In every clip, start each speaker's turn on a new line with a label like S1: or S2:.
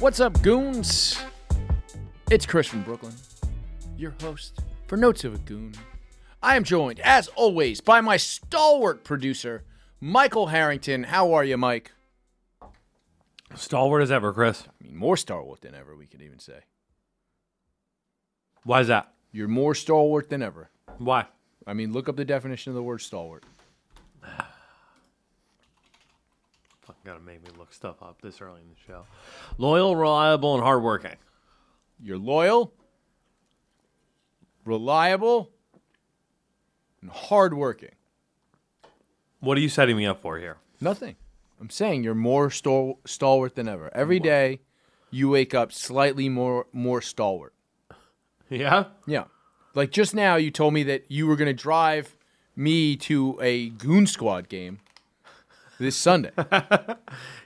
S1: What's up, goons? It's Chris from Brooklyn, your host for Notes of a Goon. I am joined, as always, by my stalwart producer, Michael Harrington. How are you, Mike?
S2: Stalwart as ever, Chris.
S1: I mean, more stalwart than ever, we could even say.
S2: Why is that?
S1: You're more stalwart than ever.
S2: Why?
S1: I mean, look up the definition of the word stalwart.
S2: Fucking gotta make me look stuff up this early in the show. Loyal, reliable, and hardworking.
S1: You're loyal, reliable, and hardworking.
S2: What are you setting me up for here?
S1: Nothing. I'm saying you're more stal- stalwart than ever. Every day, you wake up slightly more more stalwart.
S2: Yeah?
S1: Yeah. Like just now, you told me that you were going to drive me to a Goon Squad game this Sunday.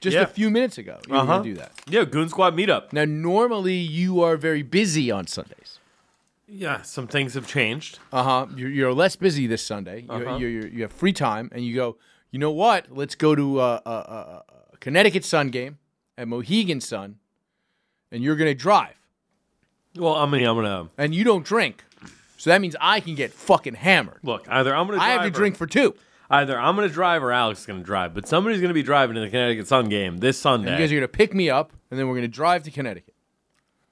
S1: just
S2: Yeah.
S1: a few minutes ago, you were
S2: Uh-huh.
S1: going to do that.
S2: Yeah, Goon Squad meetup.
S1: Now, normally, you are very busy on Sundays.
S2: Yeah, some things have changed.
S1: Uh huh. You're, you're less busy this Sunday. You're,
S2: Uh-huh.
S1: you're, you're, you have free time, and you go. You know what? Let's go to uh, a, a, a Connecticut Sun game at Mohegan Sun, and you're gonna drive,
S2: Well, I mean, I'm gonna
S1: and you don't drink, so that means I can get fucking hammered.
S2: look. Either I'm gonna drive
S1: I have to
S2: or-
S1: drink for two.
S2: Either I'm gonna drive or Alex is gonna drive, but somebody's gonna be driving to the Connecticut Sun game this
S1: You
S2: Sunday.
S1: guys are gonna pick me up, and then we're gonna drive to Connecticut.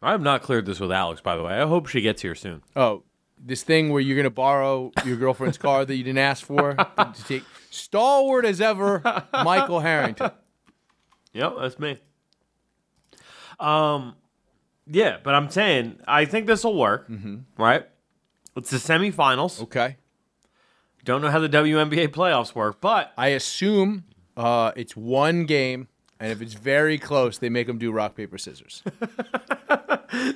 S2: I've not cleared this with Alex, by the way. I hope she gets here soon.
S1: Oh, this thing where you're gonna borrow your girlfriend's car that you didn't ask for to take. Stalwart as ever, Michael Harrington.
S2: Yep, that's me. Um, yeah, but I'm saying I think this will work. Right? It's the semifinals.
S1: Mm-hmm. Okay.
S2: Don't know how the WNBA playoffs work, but
S1: I assume uh, it's one game, and if it's very close, they make them do rock paper scissors.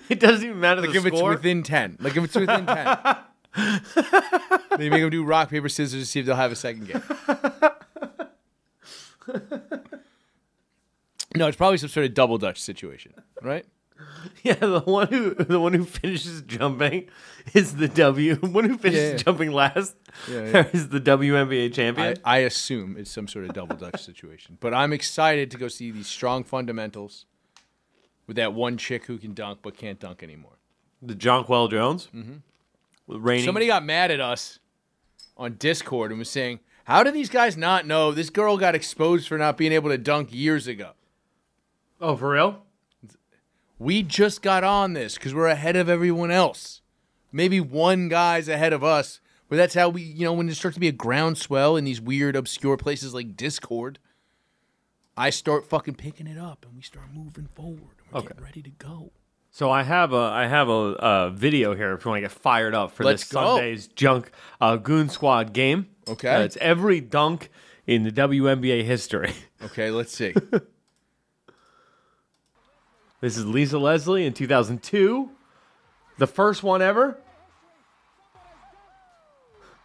S2: it doesn't even matter the
S1: Like if it's
S2: score.
S1: within ten, like if it's within ten, they make them do rock paper scissors to see if they'll have a second game. No, it's probably some sort of double dutch situation, right?
S2: yeah, the one who the one who finishes jumping is the W. One who finishes
S1: yeah.
S2: jumping last
S1: Yeah, yeah.
S2: is the WNBA
S1: I,
S2: champion.
S1: I assume it's some sort of double dutch situation, but I'm excited to go see these strong fundamentals with that one chick who can dunk but can't dunk anymore.
S2: the Jonquel Jones. Mm-hmm. Reigning.
S1: Somebody got mad at us on Discord and was saying, "How do these guys not know this girl got exposed for not being able to dunk years ago?"
S2: oh, for real?
S1: We just got on this because we're ahead of everyone else. Maybe one guy's ahead of us, but that's how we, you know, when it starts to be a groundswell in these weird, obscure places like Discord, I start fucking picking it up and we start moving forward. And we're getting ready to go.
S2: So I have a I have a, a video here if you want to get fired up for
S1: Let's
S2: this
S1: go.
S2: Sunday's junk uh, Goon Squad game.
S1: Okay.
S2: Uh, it's every dunk in the WNBA history.
S1: Okay, let's see.
S2: This is Lisa Leslie in 2002. The first one ever.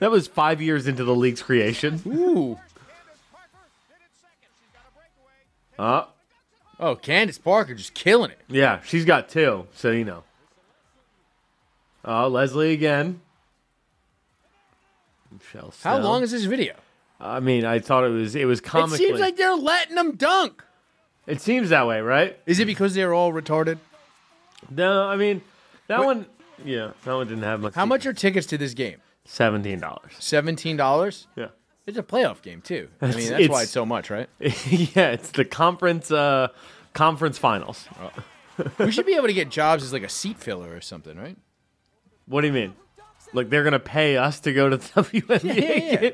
S2: That was five years into the league's creation.
S1: Ooh.
S2: Uh,
S1: Oh, Candace Parker just killing it.
S2: yeah, she's got two, so you know. Uh, Leslie again. Michelle
S1: How
S2: Snell.
S1: long is this video?
S2: I mean, I thought it was it was
S1: It
S2: comically.
S1: seems like they're letting them dunk.
S2: it seems that way, right?
S1: Is it because they're all retarded?
S2: No, I mean that one. Yeah, that one didn't have much.
S1: How much are tickets to this game?
S2: Seventeen dollars.
S1: Seventeen dollars.
S2: Yeah.
S1: It's a playoff game too. I mean,
S2: It's-
S1: that's why
S2: it's-
S1: it's so much, right?
S2: yeah, it's the conference uh, conference finals.
S1: we should be able to get jobs as like a seat filler or something, right?
S2: What do you mean? Like they're gonna pay us to go to the WNBA?
S1: Yeah, yeah.
S2: game?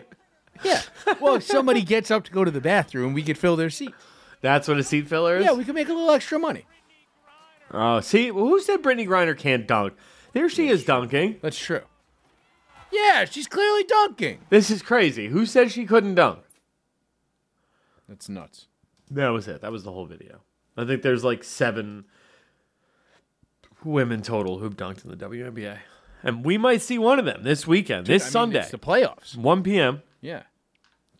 S1: Yeah. Well, if somebody gets up to go to the bathroom, we could fill their seat.
S2: That's what a seat filler is.
S1: Yeah, we could make a little extra money.
S2: oh, see, who said Brittany Griner can't dunk? There she is dunking.
S1: That's true. Yeah, she's clearly dunking.
S2: This is crazy. Who said she couldn't dunk?
S1: That's nuts.
S2: That was it. That was the whole video. I think there's like seven women total who've dunked in the WNBA, and we might see one of them this weekend, this
S1: I mean,
S2: Sunday,
S1: it's the playoffs.
S2: 1 p.m.
S1: Yeah.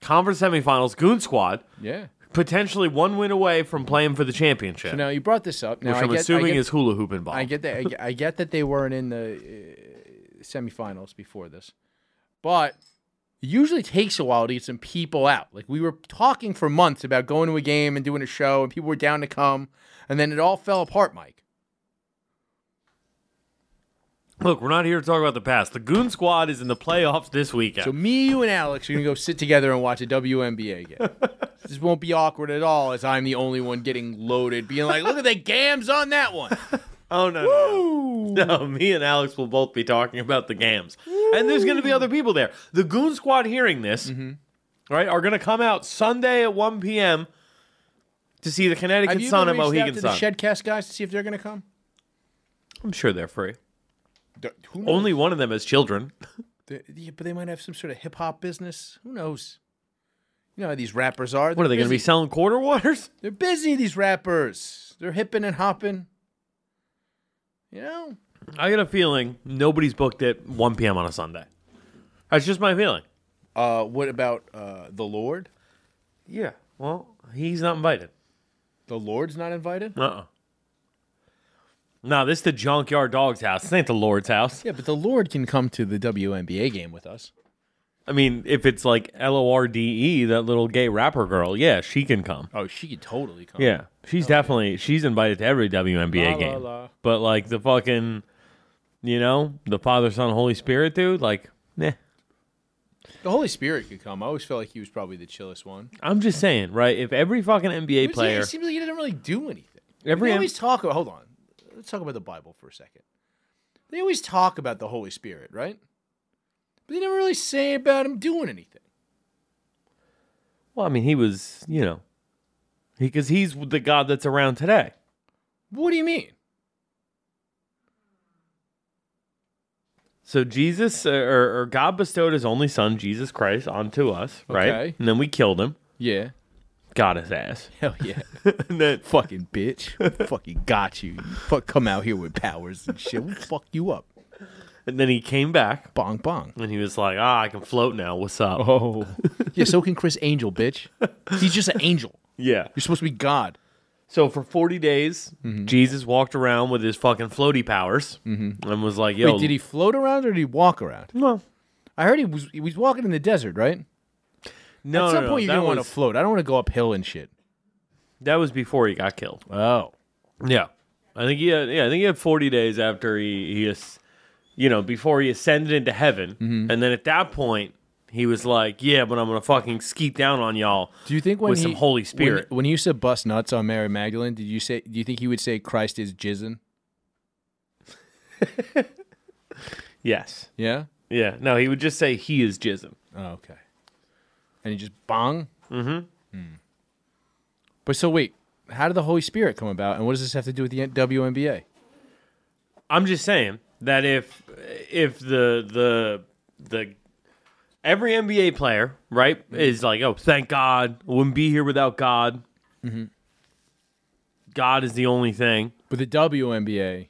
S2: Conference semifinals, Goon Squad.
S1: Yeah.
S2: potentially one win away from playing for the championship,
S1: Now you brought this up. Now
S2: which
S1: I
S2: I'm
S1: get, I
S2: assuming
S1: get-
S2: is hula hoop involved.
S1: I get that. I get, I get that they weren't in the uh, semifinals before this, but It usually takes a while to get some people out. Like we were talking for months about going to a game and doing a show, and people were down to come, and then it all fell apart, Mike.
S2: Look, we're not here to talk about the past. The Goon Squad is in the playoffs this weekend.
S1: So me, you, and Alex are gonna go sit together and watch a WNBA game. this won't be awkward at all, as I'm the only one getting loaded, being like, "Look at the gams on that one."
S2: oh no, no, no. No, me and Alex will both be talking about the games, and there's going to be other people there. The Goon Squad hearing this,
S1: Mm-hmm.
S2: right, are going to come out Sunday at 1 p.m. to see the
S1: Have
S2: Connecticut
S1: you
S2: Sun
S1: ever
S2: and
S1: reached out
S2: Mohegan
S1: to the
S2: Sun.
S1: Shedcast guys to see if they're gonna come?
S2: I'm sure they're free.
S1: D- Who knows?
S2: Only one of them has children.
S1: They- yeah, but they might have some sort of hip hop business. Who knows? You know how these rappers are.
S2: What are they going to be selling quarter waters?
S1: They're busy, these rappers. They're hipping and hopping. You know?
S2: I got a feeling nobody's booked at 1 p.m. on a Sunday. That's just my feeling.
S1: Uh, what about uh, the Lord?
S2: Yeah. Well, he's not invited.
S1: The Lord's not invited?
S2: Uh uh No, this is the junkyard dog's house. This ain't the Lord's house.
S1: Yeah, but the Lord can come to the WNBA game with us.
S2: I mean, if it's like L O R D E, that little gay rapper girl, yeah, she can come.
S1: Oh, she could totally come.
S2: Yeah. She's definitely she's invited to every WNBA
S1: La, la,
S2: game.
S1: la.
S2: But like the fucking you know, the Father, Son, Holy Spirit dude, like, nah.
S1: The Holy Spirit could come. I always felt like he was probably the chillest one.
S2: I'm just saying, right? If every fucking NBA
S1: It
S2: player
S1: seems like he didn't really do anything.
S2: Every
S1: they
S2: M-
S1: always talk about, hold on. Let's talk about the Bible for a second. They always talk about the Holy Spirit, right? But they never really say about him doing anything.
S2: Well, I mean, he was, you know, because he's the God that's around today.
S1: What do you mean?
S2: So Jesus, uh, or, or God bestowed His only Son, Jesus Christ, onto us, right?
S1: Okay.
S2: And then we killed him,
S1: Yeah.
S2: got his ass.
S1: Hell yeah.
S2: and then,
S1: fucking bitch. fucking got you. You Fuck, come out here with powers and shit. We'll fuck you up.
S2: and then he came back,
S1: Bong bong.
S2: and he was like, "Ah, I can float now. What's up?"
S1: Oh. yeah, so can Chris Angel, bitch. He's just an angel.
S2: Yeah.
S1: You're supposed to be God.
S2: So for forty days, Jesus walked around with his fucking floaty powers, and was like, "Yo,
S1: Wait, did he float around or did he walk around?
S2: No,
S1: I heard he was he was walking in the desert, right?
S2: no,
S1: At some point
S2: no, no.
S1: you're
S2: that
S1: gonna want to
S2: was-
S1: float. I don't want to go uphill and shit.
S2: That was before he got killed.
S1: Oh.
S2: Yeah, I think he had. Yeah, I think he had forty days after he he, as- you know, before he ascended into heaven, and then at that point he was like, "Yeah, but I'm gonna fucking skeet down on y'all."
S1: Do you think when
S2: With
S1: he,
S2: some Holy
S1: when-
S2: Spirit.
S1: when, you said bust nuts on Mary Magdalene, did you say do you think he would say Christ is jizzin?
S2: Yes.
S1: Yeah?
S2: Yeah. No, he would just say he is jism.
S1: Oh, okay. And he just bong? Mm-hmm. But so wait, how did the Holy Spirit come about, and what does this have to do with the N- WNBA?
S2: I'm just saying that if if the the the every NBA player right
S1: Mm-hmm.
S2: is like, "Oh, thank God, wouldn't be here without God."
S1: Mm-hmm.
S2: God is the only thing.
S1: But the WNBA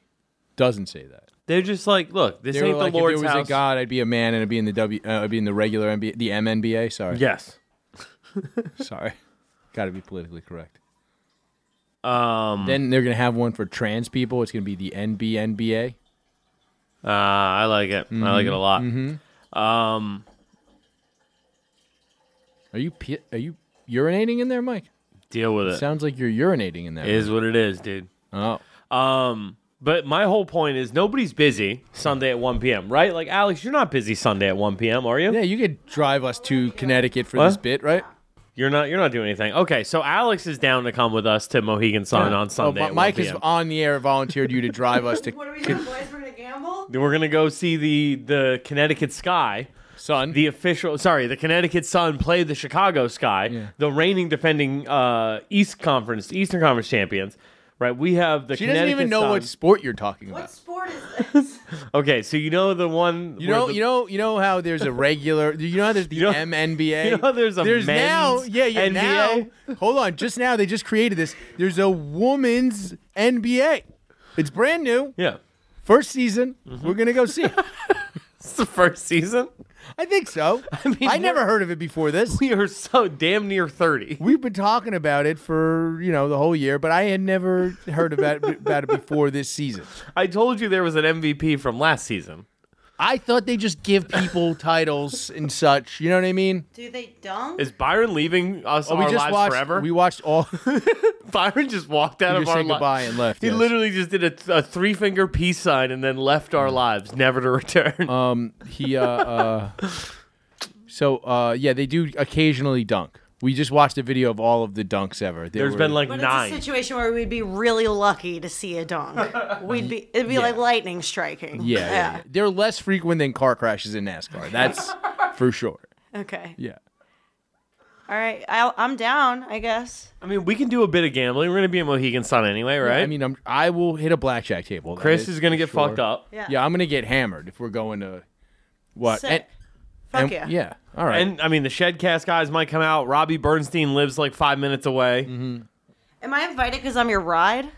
S1: doesn't say that.
S2: They're just like, look, this
S1: They were
S2: ain't the
S1: like,
S2: Lord's
S1: if there was
S2: house.
S1: a God, I'd be a man, and I'd be in the W, uh, I'd be in the regular NBA, the MNBA. Sorry,
S2: Yes.
S1: sorry, got to be politically correct.
S2: Um,
S1: Then they're gonna have one for trans people. It's gonna be the NBNBA.
S2: Uh, I like it. I like it
S1: Mm-hmm.
S2: a lot. Um,
S1: Are you pe- are you urinating in there, Mike?
S2: deal with it.
S1: Sounds like you're urinating in there.
S2: It Is what it is, dude.
S1: oh,
S2: Um, but my whole point is nobody's busy Sunday at 1 p.m., right? Like, Alex, you're not busy Sunday at 1 p.m., are you?
S1: yeah, you could drive us to Connecticut for
S2: What?
S1: this bit, right?
S2: You're not. You're not doing anything. Okay, so Alex is down to come with us to Mohegan Sun on Sunday.
S1: Oh,
S2: at
S1: Mi- Mike
S2: 1
S1: is
S2: p.m.
S1: on the air volunteered you to drive us to
S3: What are we doing, boys? We're gonna gamble?
S2: We're gonna go see the the Connecticut Sky.
S1: Sun.
S2: The official, sorry, the Connecticut Sun played the Chicago Sky, the reigning defending uh, East Conference, Eastern Conference champions, right? We have the.
S1: she doesn't even
S2: Connecticut
S1: know
S2: Sun.
S1: what sport you're talking about.
S3: What sport is this?
S2: Okay, so you know the one.
S1: you
S2: where
S1: know,
S2: the-
S1: you know, you know how there's a regular. You know how there's the
S2: know-
S1: MNBA.
S2: you know how there's a
S1: now,
S2: men's
S1: yeah, yeah.
S2: NBA?
S1: Now, hold on, just now they just created this. There's a woman's NBA. It's brand new,
S2: Yeah,
S1: first season.
S2: Mm-hmm.
S1: We're gonna go see. it.
S2: it's the first season.
S1: I think so. I,
S2: mean,
S1: never heard of it before this.
S2: We are so damn near thirty.
S1: We've been talking about it for you know the whole year, but I had never heard about about it before this season.
S2: I told you there was an MVP from last season.
S1: I thought they just give people titles and such. You know what I mean?
S3: Do they dunk?
S2: Is Byron leaving us
S1: Oh, we
S2: our
S1: just
S2: lives
S1: watched.
S2: forever?
S1: We watched all.
S2: Byron just walked
S1: We
S2: out of
S1: just
S2: our
S1: said goodbye
S2: li-
S1: and left,
S2: He
S1: yes.
S2: literally just did a, a three finger peace sign and then left our lives, never to return.
S1: um, he. Uh, uh, so uh, yeah, they do occasionally dunk. We just watched a video of all of the dunks ever. There
S2: There's
S1: were-
S2: been like
S3: but
S2: nine.
S3: it's a situation where we'd be really lucky to see a dunk. We'd be it'd be like lightning striking.
S1: Yeah, yeah, yeah. they're less frequent than car crashes in NASCAR. That's for sure.
S3: Okay.
S1: Yeah.
S3: All right. I, I'm down. I guess.
S2: I mean, we can do a bit of gambling. We're gonna be in Mohegan Sun anyway, right?
S1: I mean, I'm, I will hit a blackjack table. that
S2: Chris is gonna
S1: for
S2: get
S1: sure.
S2: fucked up.
S3: Yeah.
S1: Yeah, I'm gonna get hammered if we're going to what?
S3: Sick.
S1: And-
S3: Fuck
S1: and-
S3: yeah.
S1: Yeah. All right.
S2: And I mean, the Shedcast guys might come out. Robbie Bernstein lives like five minutes away.
S1: Mm-hmm.
S3: Am I invited because I'm your ride?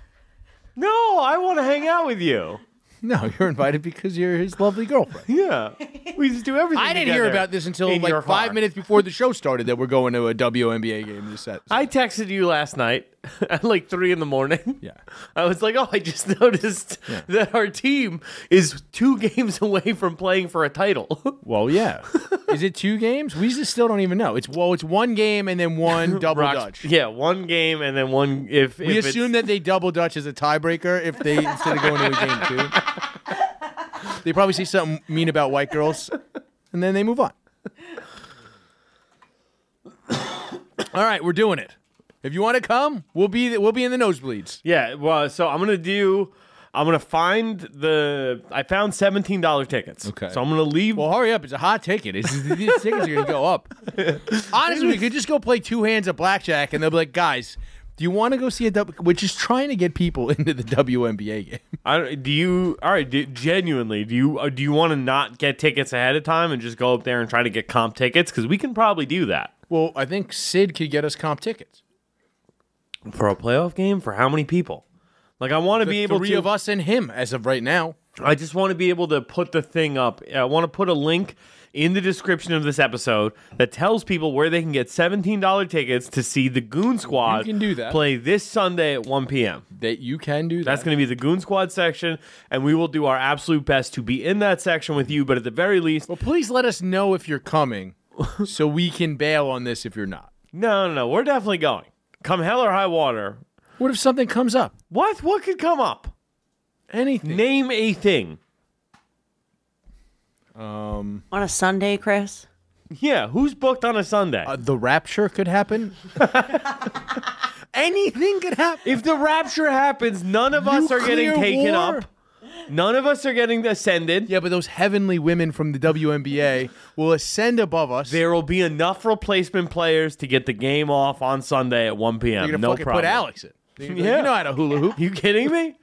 S2: No, I want to hang out with you.
S1: no, you're invited because you're his lovely girlfriend.
S2: Yeah, we just do everything.
S1: I didn't hear
S2: together
S1: about this until
S2: in your
S1: like five
S2: car.
S1: minutes before the show started that we're going to a WNBA game this set.
S2: I texted you last night at like three in the morning.
S1: yeah.
S2: I was like, oh, I just noticed that our team is two games away from playing for a title.
S1: Well, yeah. Is it two games? We just still don't even know. It's well, it's one game and then one double
S2: Rocks-
S1: dutch.
S2: Yeah, one game and then one. If
S1: We assume that they double dutch as a tiebreaker if they instead of going to a game two. They probably say something mean about white girls, and then they move on. All right, we're doing it. If you want to come, we'll be we'll be in the nosebleeds.
S2: Yeah, well, so I'm gonna do. I'm gonna find the. I found seventeen dollar tickets.
S1: Okay.
S2: So I'm gonna leave.
S1: Well, hurry up! It's a hot ticket. It's, these tickets are gonna go up. Honestly, we could just go play two hands of blackjack, and they'll be like, "Guys, do you want to go see a W?" We're just trying to get people into the WNBA game.
S2: I don't- do you? All right. Do, genuinely, do you? uh, Do you want to not get tickets ahead of time and just go up there and try to get comp tickets? Because we can probably do that
S1: Well, I think Sid could get us comp tickets.
S2: for a playoff game. For how many people? Like I want to be able
S1: three
S2: to.
S1: of us and him as of right now.
S2: I just want to be able to put the thing up. I want to put a link in the description of this episode that tells people where they can get $17 tickets to see the Goon Squad
S1: can do that.
S2: play this Sunday at 1 p.m.
S1: That you can do that.
S2: That's going to be the Goon Squad section, and we will do our absolute best to be in that section with you. But at the very least,
S1: well, please let us know if you're coming, so we can bail on this if you're not.
S2: no, no, no, we're definitely going. Come hell or high water.
S1: What if something comes up?
S2: What? What could come up?
S1: Anything.
S2: Name a thing.
S3: On a Sunday, Chris.
S2: Yeah, who's booked on a Sunday?
S1: Uh, the rapture could happen. Anything could happen.
S2: If the rapture happens, none of us are getting
S1: Nuclear
S2: taken
S1: war?
S2: up. None of us are getting ascended.
S1: Yeah, but those heavenly women from the WNBA will ascend above us.
S2: There will be enough replacement players to get the game off on Sunday at 1 p.m.
S1: They're gonna
S2: no
S1: fucking
S2: problem.
S1: put Alex in. They're gonna be like,
S2: Yeah.
S1: You know how to hula hoop.
S2: You kidding me?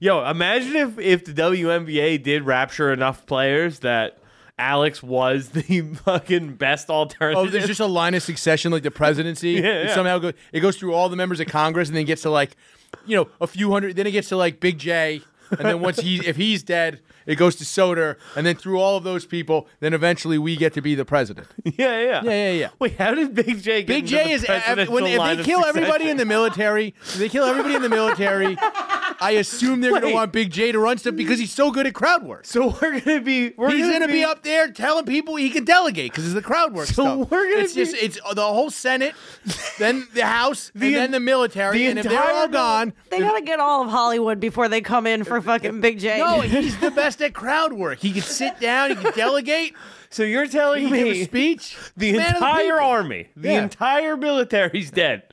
S2: Yo, imagine if if the WNBA did rapture enough players that Alex was the fucking best
S1: Oh,
S2: alternative.
S1: there's just a line of succession, like the presidency. It
S2: yeah.
S1: somehow goes, it goes through all the members of Congress, and then gets to like, you know, a few hundred. Then it gets to like Big J, and then once he, if he's dead, it goes to Soder, and then through all of those people, then eventually we get to be the president.
S2: yeah, yeah,
S1: Yeah, yeah, yeah.
S2: Wait, how did Big J? Get
S1: Big
S2: into
S1: J
S2: the
S1: is ev-
S2: presidential
S1: when if
S2: line
S1: they
S2: of
S1: kill
S2: succession?
S1: everybody in the military, if they kill everybody in the military. I assume they're going
S2: Wait.
S1: to want Big J to run stuff because he's so good at crowd work.
S2: So we're gonna be. We're
S1: He's
S2: gonna,
S1: gonna be up there telling people he can delegate because it's the crowd work.
S2: So
S1: stuff.
S2: we're gonna
S1: it's just
S2: be-
S1: it's uh, the whole Senate, then the House,
S2: en-
S1: and then the military,
S2: the
S1: and if they're
S2: entire
S1: all
S2: mil-
S1: gone,
S3: They gotta get all of Hollywood before they come in for fucking Big J.
S1: no, he's the best at crowd work. He can sit down, he can delegate,
S2: So you're
S1: he
S2: telling
S1: can give a
S2: me
S1: speech.
S2: the
S1: Man of the
S2: entire
S1: people.
S2: army, the
S1: Yeah.
S2: entire military's dead.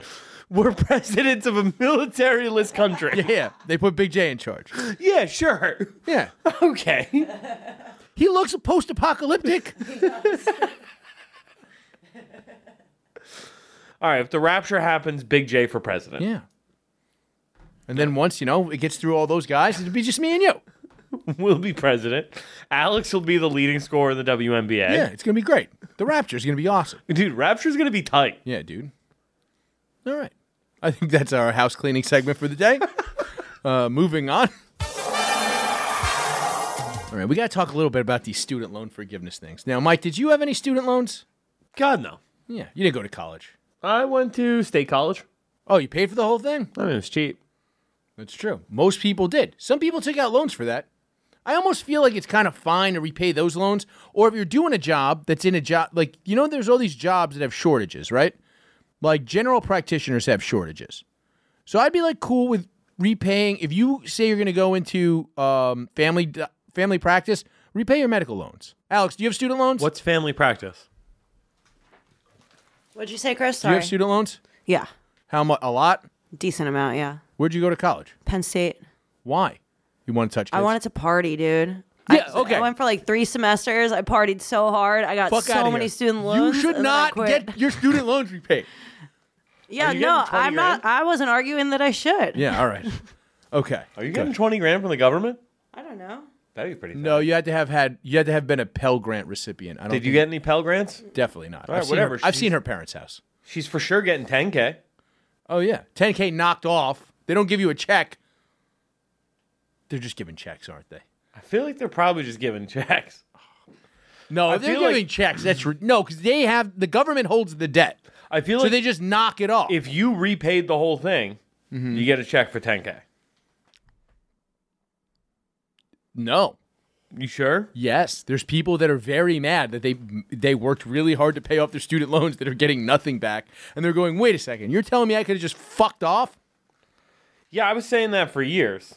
S2: We're presidents of a militaryless country.
S1: Yeah, they put Big J in charge.
S2: yeah sure.
S1: Yeah,
S2: Okay.
S1: he looks post-apocalyptic.
S2: All right, if the rapture happens, Big J for president.
S1: Yeah. And then once you know it gets through all those guys, it'll be just me and you.
S2: We'll be president. Alex will be the leading scorer in the WNBA.
S1: Yeah, it's gonna be great. The Rapture's gonna be awesome.
S2: Dude, rapture's going to be tight.
S1: Yeah, dude. All right. I think that's our house cleaning segment for the day. uh, moving on. All right, we got to talk a little bit about these student loan forgiveness things. Now, Mike, did you have any student loans?
S2: God, no.
S1: Yeah, you didn't go to college.
S2: I went to state college.
S1: Oh, you paid for the whole thing?
S2: I mean, it was cheap.
S1: That's true. Most people did. Some people took out loans for that. I almost feel like it's kind of fine to repay those loans. Or if you're doing a job that's in a job, like, you know, there's all these jobs that have shortages, right? Like, general practitioners have shortages. So I'd be like cool with repaying. If you say you're going to go into um, family d- family practice, repay your medical loans. Alex, do you have student loans?
S2: What's family practice?
S3: What'd you say, Chris?
S1: Do you
S3: Sorry.
S1: have student loans?
S3: yeah,
S1: How much? A lot?
S3: decent amount. Yeah,
S1: Where'd you go to college?
S3: Penn State.
S1: Why? You want to touch?
S3: I
S1: kids?
S3: wanted to party, dude.
S1: Yeah,
S3: I,
S1: okay.
S3: I went for like three semesters. I partied so hard. I got
S1: Fuck outta
S3: so many
S1: here.
S3: student loans.
S1: You should
S3: and then I
S1: not
S3: quit.
S1: get your student loans repaid.
S3: Yeah,
S2: you
S3: no,
S2: getting 20
S3: I'm not. I wasn't arguing that I should.
S1: Yeah. All right. Okay.
S2: Are you
S1: good.
S2: getting 20 grand from the government?
S3: I don't know.
S2: That'd be pretty
S1: No, you had to have had you had to have been a Pell Grant recipient. I don't.
S2: Did you
S1: think-
S2: get any Pell Grants?
S1: Definitely not.
S2: All right,
S1: I've
S2: whatever.
S1: Seen her, I've
S2: She's-
S1: seen her parents' house.
S2: She's for sure getting 10K.
S1: Oh yeah, 10k knocked off. They don't give you a check. They're just giving checks, aren't they?
S2: I feel like they're probably just giving checks.
S1: No,
S2: I
S1: if they're
S2: feel like-
S1: giving checks. That's re- no, because they have the government holds the debt,
S2: I feel
S1: so
S2: like
S1: they just knock it off.
S2: if you repaid the whole thing, you get a check for 10K.
S1: no,
S2: You sure?
S1: yes, there's people that are very mad that they they worked really hard to pay off their student loans that are getting nothing back, and they're going, wait a second, you're telling me I could have just fucked off?
S2: Yeah, I was saying that for years.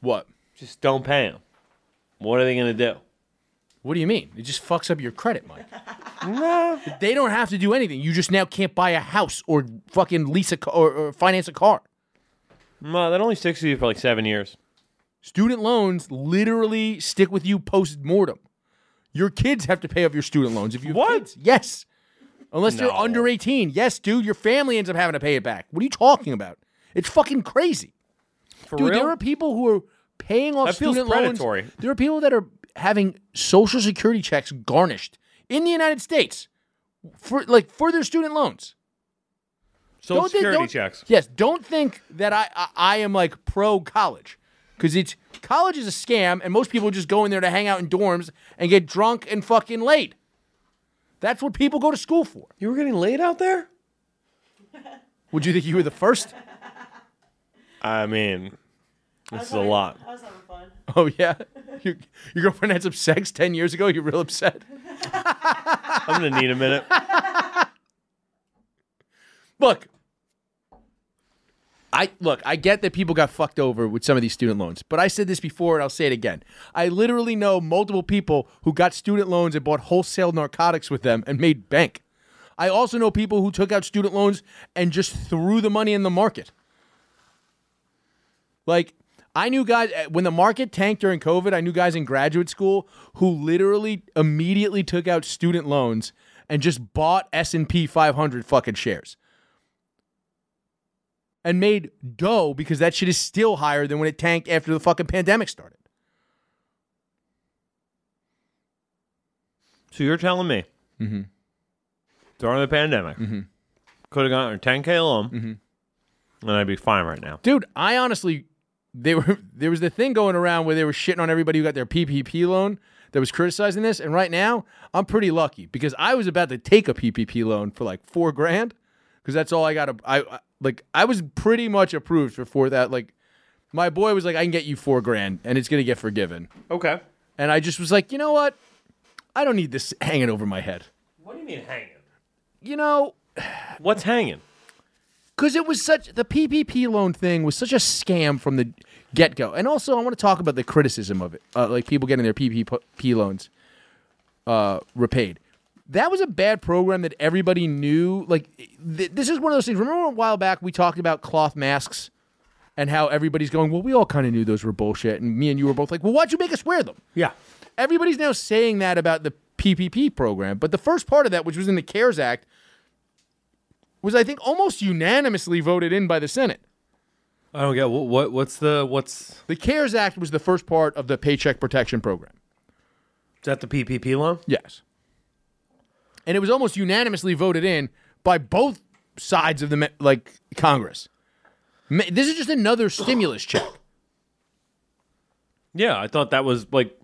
S1: What?
S2: Just don't pay them. What are they going to do?
S1: What do you mean? It just fucks up your credit, Mike. They don't have to do anything. You just now can't buy a house or fucking lease a car or, or finance a car.
S2: No, that only sticks with you for like seven years.
S1: Student loans literally stick with you post mortem. Your kids have to pay off your student loans if you have
S2: What?
S1: kids. Yes. Unless
S2: No.
S1: you're under 18. Yes, dude, your family ends up having to pay it back. What are you talking about? It's fucking crazy.
S2: For
S1: dude,
S2: real?
S1: there are people who are paying off
S2: That feels
S1: student
S2: predatory.
S1: loans. There are people that are having social security checks garnished in the United States for like for their student loans.
S2: Social
S1: think-
S2: security checks.
S1: Yes, don't think that I I, I am like pro college because it's college is a scam, and most people just go in there to hang out in dorms and get drunk and fucking laid. That's what people go to school for.
S2: You were getting laid out there?
S1: Would you think you were the first?
S2: I mean, this is a lot.
S3: I was having fun.
S1: Oh yeah, your, your girlfriend had some sex ten years ago. You're real upset.
S2: I'm going to need a minute.
S1: Look, I look. I get that people got fucked over with some of these student loans, but I said this before and I'll say it again. I literally know multiple people who got student loans and bought wholesale narcotics with them and made bank. I also know people who took out student loans and just threw the money in the market. Like I knew guys eh, when the market tanked during COVID, I knew guys in graduate school who literally immediately took out student loans and just bought S&P 500 fucking shares. And made dough because that shit is still higher than when it tanked after the fucking pandemic started.
S2: So you're telling me Mm-hmm. during the pandemic, could have gotten a 10K loan, and I'd be fine right now.
S1: Dude, I honestly, they were there was the thing going around where they were shitting on everybody who got their PPP loan that was criticizing this, and right now I'm pretty lucky because I was about to take a PPP loan for like four grand because that's all I got. I I- like I was pretty much approved for four that like. My boy was like, I can get you four grand and it's going to get forgiven.
S2: Okay.
S1: And I just was like, you know what? I don't need this hanging over my head.
S2: What do you mean hanging?
S1: You know,
S2: What's hanging?
S1: because it was such the PPP loan thing was such a scam from the get go. And also, I want to talk about the criticism of it, uh, like people getting their PPP loans uh, repaid. That was a bad program that everybody knew. Like, th- this is one of those things. Remember a while back we talked about cloth masks and how everybody's going, "Well, we all kind of knew those were bullshit," and me and you were both like, "Well, why'd you make us wear them?"
S2: Yeah.
S1: everybody's now saying that about the PPP program, but the first part of that, which was in the CARES Act, was I think almost unanimously voted in by the Senate.
S2: I don't get what, Oh, what what's the what's
S1: The CARES Act was the first part of the Paycheck Protection Program.
S2: is that the PPP loan?
S1: Yes. And it was almost unanimously voted in by both sides of the me- like Congress. Ma- This is just another stimulus check.
S2: Yeah, I thought that was like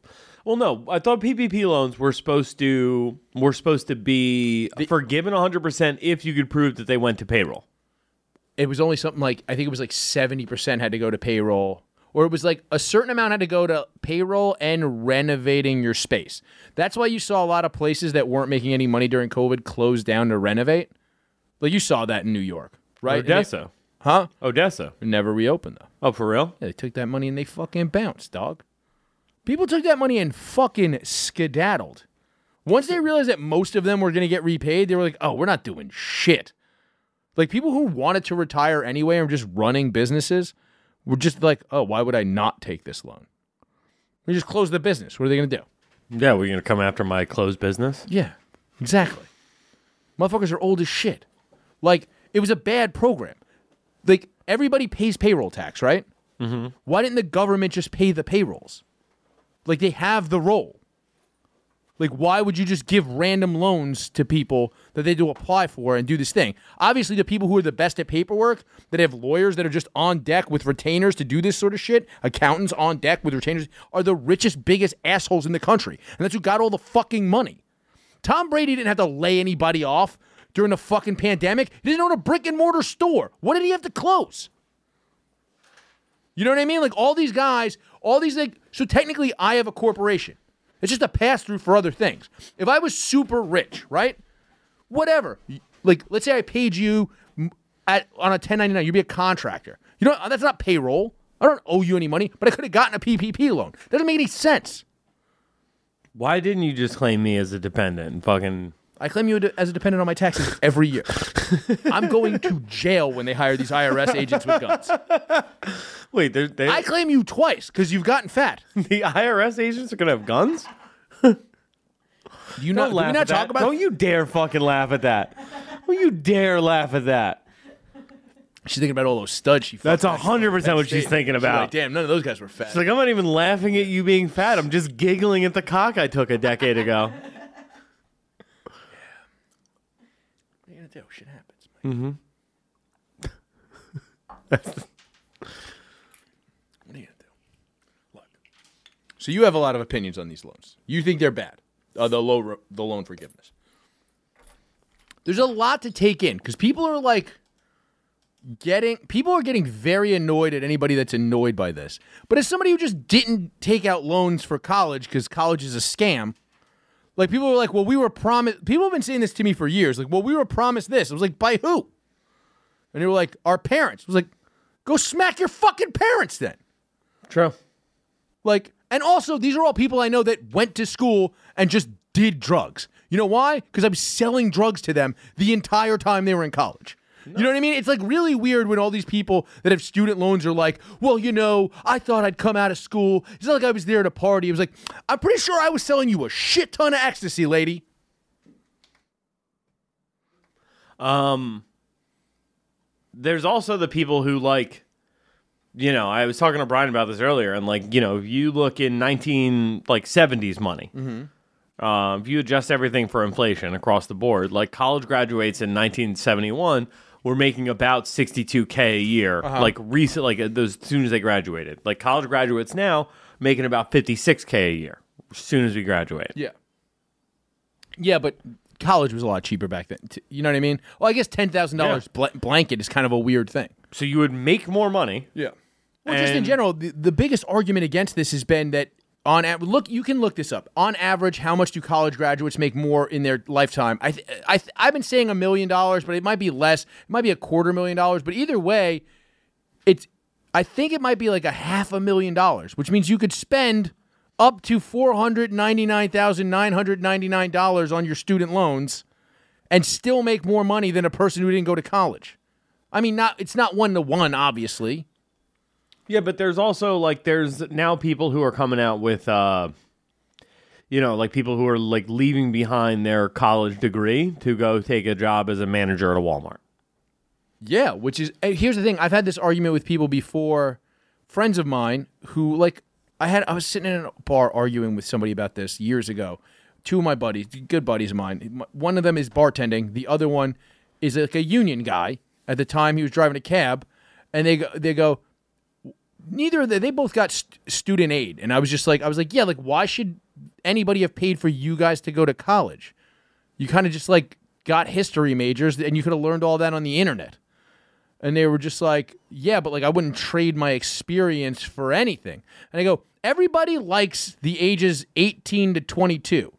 S2: well no, I thought PPP loans were supposed to were supposed to be forgiven 100% if you could prove that they went to payroll.
S1: It was only something like I think it was like 70% had to go to payroll or it was like a certain amount had to go to payroll and renovating your space. That's why you saw a lot of places that weren't making any money during COVID close down to renovate. Like you saw that in New York, right? And they-
S2: Odessa.
S1: huh?
S2: Odessa.
S1: Never reopened though.
S2: Oh, for real?
S1: Yeah, they took that money and they fucking bounced, dog. People took that money and fucking skedaddled. Once they realized that most of them were going to get repaid, they were like, oh, we're not doing shit. Like people who wanted to retire anyway and were just running businesses were just like, oh, why would I not take this loan? We just close the business. What are they going to do?
S2: Yeah, we're gonna come after my closed business.
S1: Yeah, exactly. Motherfuckers are old as shit. Like, it was a bad program. Like, everybody pays payroll tax, right? Mm-hmm. Why didn't the government just pay the payrolls? Like, they have the role. Like, why would you just give random loans to people that they do apply for and do this thing? Obviously, the people who are the best at paperwork, that have lawyers that are just on deck with retainers to do this sort of shit, accountants on deck with retainers, are the richest, biggest assholes in the country. And that's who got all the fucking money. Tom Brady didn't have to lay anybody off during the fucking pandemic. He didn't own a brick and mortar store. What did he have to close? You know what I mean? Like all these guys, all these like so technically I have a corporation. It's just a pass through for other things. If I was super rich, right? Whatever. Like let's say I paid you m- at on a 1099, you'd be a contractor. You know that's not payroll. I don't owe you any money, but I could have gotten a PPP loan. Doesn't make any sense.
S2: Why didn't you just claim me as a dependent and fucking
S1: I claim you as a dependent on my taxes every year. I'm going to jail when they hire these IRS agents with guns.
S2: wait? They're, they
S1: I claim you twice because you've gotten fat.
S2: the IRS agents are gonna have guns.
S1: Do you not, do we not talk about?
S2: Don't you dare fucking laugh at that. Don't you dare laugh at that.
S1: She's thinking about all those studs. She
S2: That's
S1: fucked
S2: a
S1: back
S2: hundred percent what
S1: stage.
S2: she's thinking
S1: She's like,
S2: about.
S1: Damn, none of those guys were fat.
S2: It's like I'm not even laughing at you being fat. I'm just giggling at the cock I took a decade ago.
S1: what are you gonna do? Shit happens. Mm-hmm. what are you gonna do? Look. So you have a lot of opinions on these loans. You think they're bad. Uh, the low, ro- the loan forgiveness. There's a lot to take in because people are like getting people are getting very annoyed at anybody that's annoyed by this. But as somebody who just didn't take out loans for college because college is a scam, like people were like, "Well, we were promised." People have been saying this to me for years. Like, "Well, we were promised this." I was like, "By who?" And they were like, "Our parents." I was like, "Go smack your fucking parents then."
S2: True.
S1: Like, and also these are all people I know that went to school and just did drugs. You know why? Because I'm selling drugs to them the entire time they were in college. You know what I mean? It's like really weird when all these people that have student loans are like, well, you know, I thought I'd come out of school. It's not like I was there to party. It was like, I'm pretty sure I was selling you a shit ton of ecstasy, lady.
S2: Um, there's also the people who like, you know, I was talking to Brian about this earlier, and like, you know, if you look in 19 like 70s money, uh, if you adjust everything for inflation across the board, like college graduates in 1971 were making about 62k a year, like recent, like uh, those as soon as they graduated. Like college graduates now making about 56k a year as soon as we graduate.
S1: Yeah. Yeah, but college was a lot cheaper back then. T- You know what I mean? Well, I guess $10,000 bl- blanket is kind of a weird thing.
S2: So you would make more money.
S1: Yeah. Well, just in
S2: And-
S1: general, the, the biggest argument against this has been that on av- look, you can look this up. On average, how much do college graduates make more in their lifetime? I th- I th- I've been saying a million dollars, but it might be less. It might be a quarter million dollars, but either way, it's I think it might be like a half a million dollars, which means you could spend up to four hundred ninety nine thousand nine hundred ninety nine dollars on your student loans, and still make more money than a person who didn't go to college. I mean, not it's not one to one, obviously.
S2: Yeah, but there's also like there's now people who are coming out with uh you know, like people who are like leaving behind their college degree to go take a job as a manager at a Walmart.
S1: Yeah, which is and here's the thing. I've had this argument with people before, friends of mine who like I had I was sitting in a bar arguing with somebody about this years ago. Two of my buddies, good buddies of mine. m- One of them is bartending. The other one is like a union guy. At the time, he was driving a cab, and they go, they go. Neither of them, they both got st- student aid, and I was just like, I was like, yeah, like why should anybody have paid for you guys to go to college? You kind of just like got history majors, and you could have learned all that on the internet. and they were just like, "Yeah, but like I wouldn't trade my experience for anything." And I go, "Everybody likes the ages 18 to 22.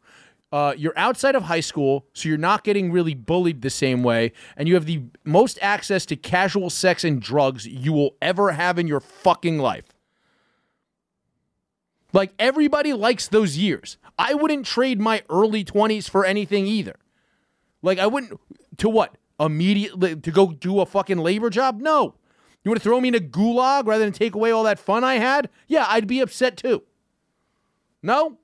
S1: Uh, you're outside of high school, so you're not getting really bullied the same way, and you have the most access to casual sex and drugs you will ever have in your fucking life." Like everybody likes those years. I wouldn't trade my early 20s for anything either. Like I wouldn't to what? Immediately to go do a fucking labor job? No. You want to throw me in a gulag rather than take away all that fun I had? Yeah, I'd be upset too. No?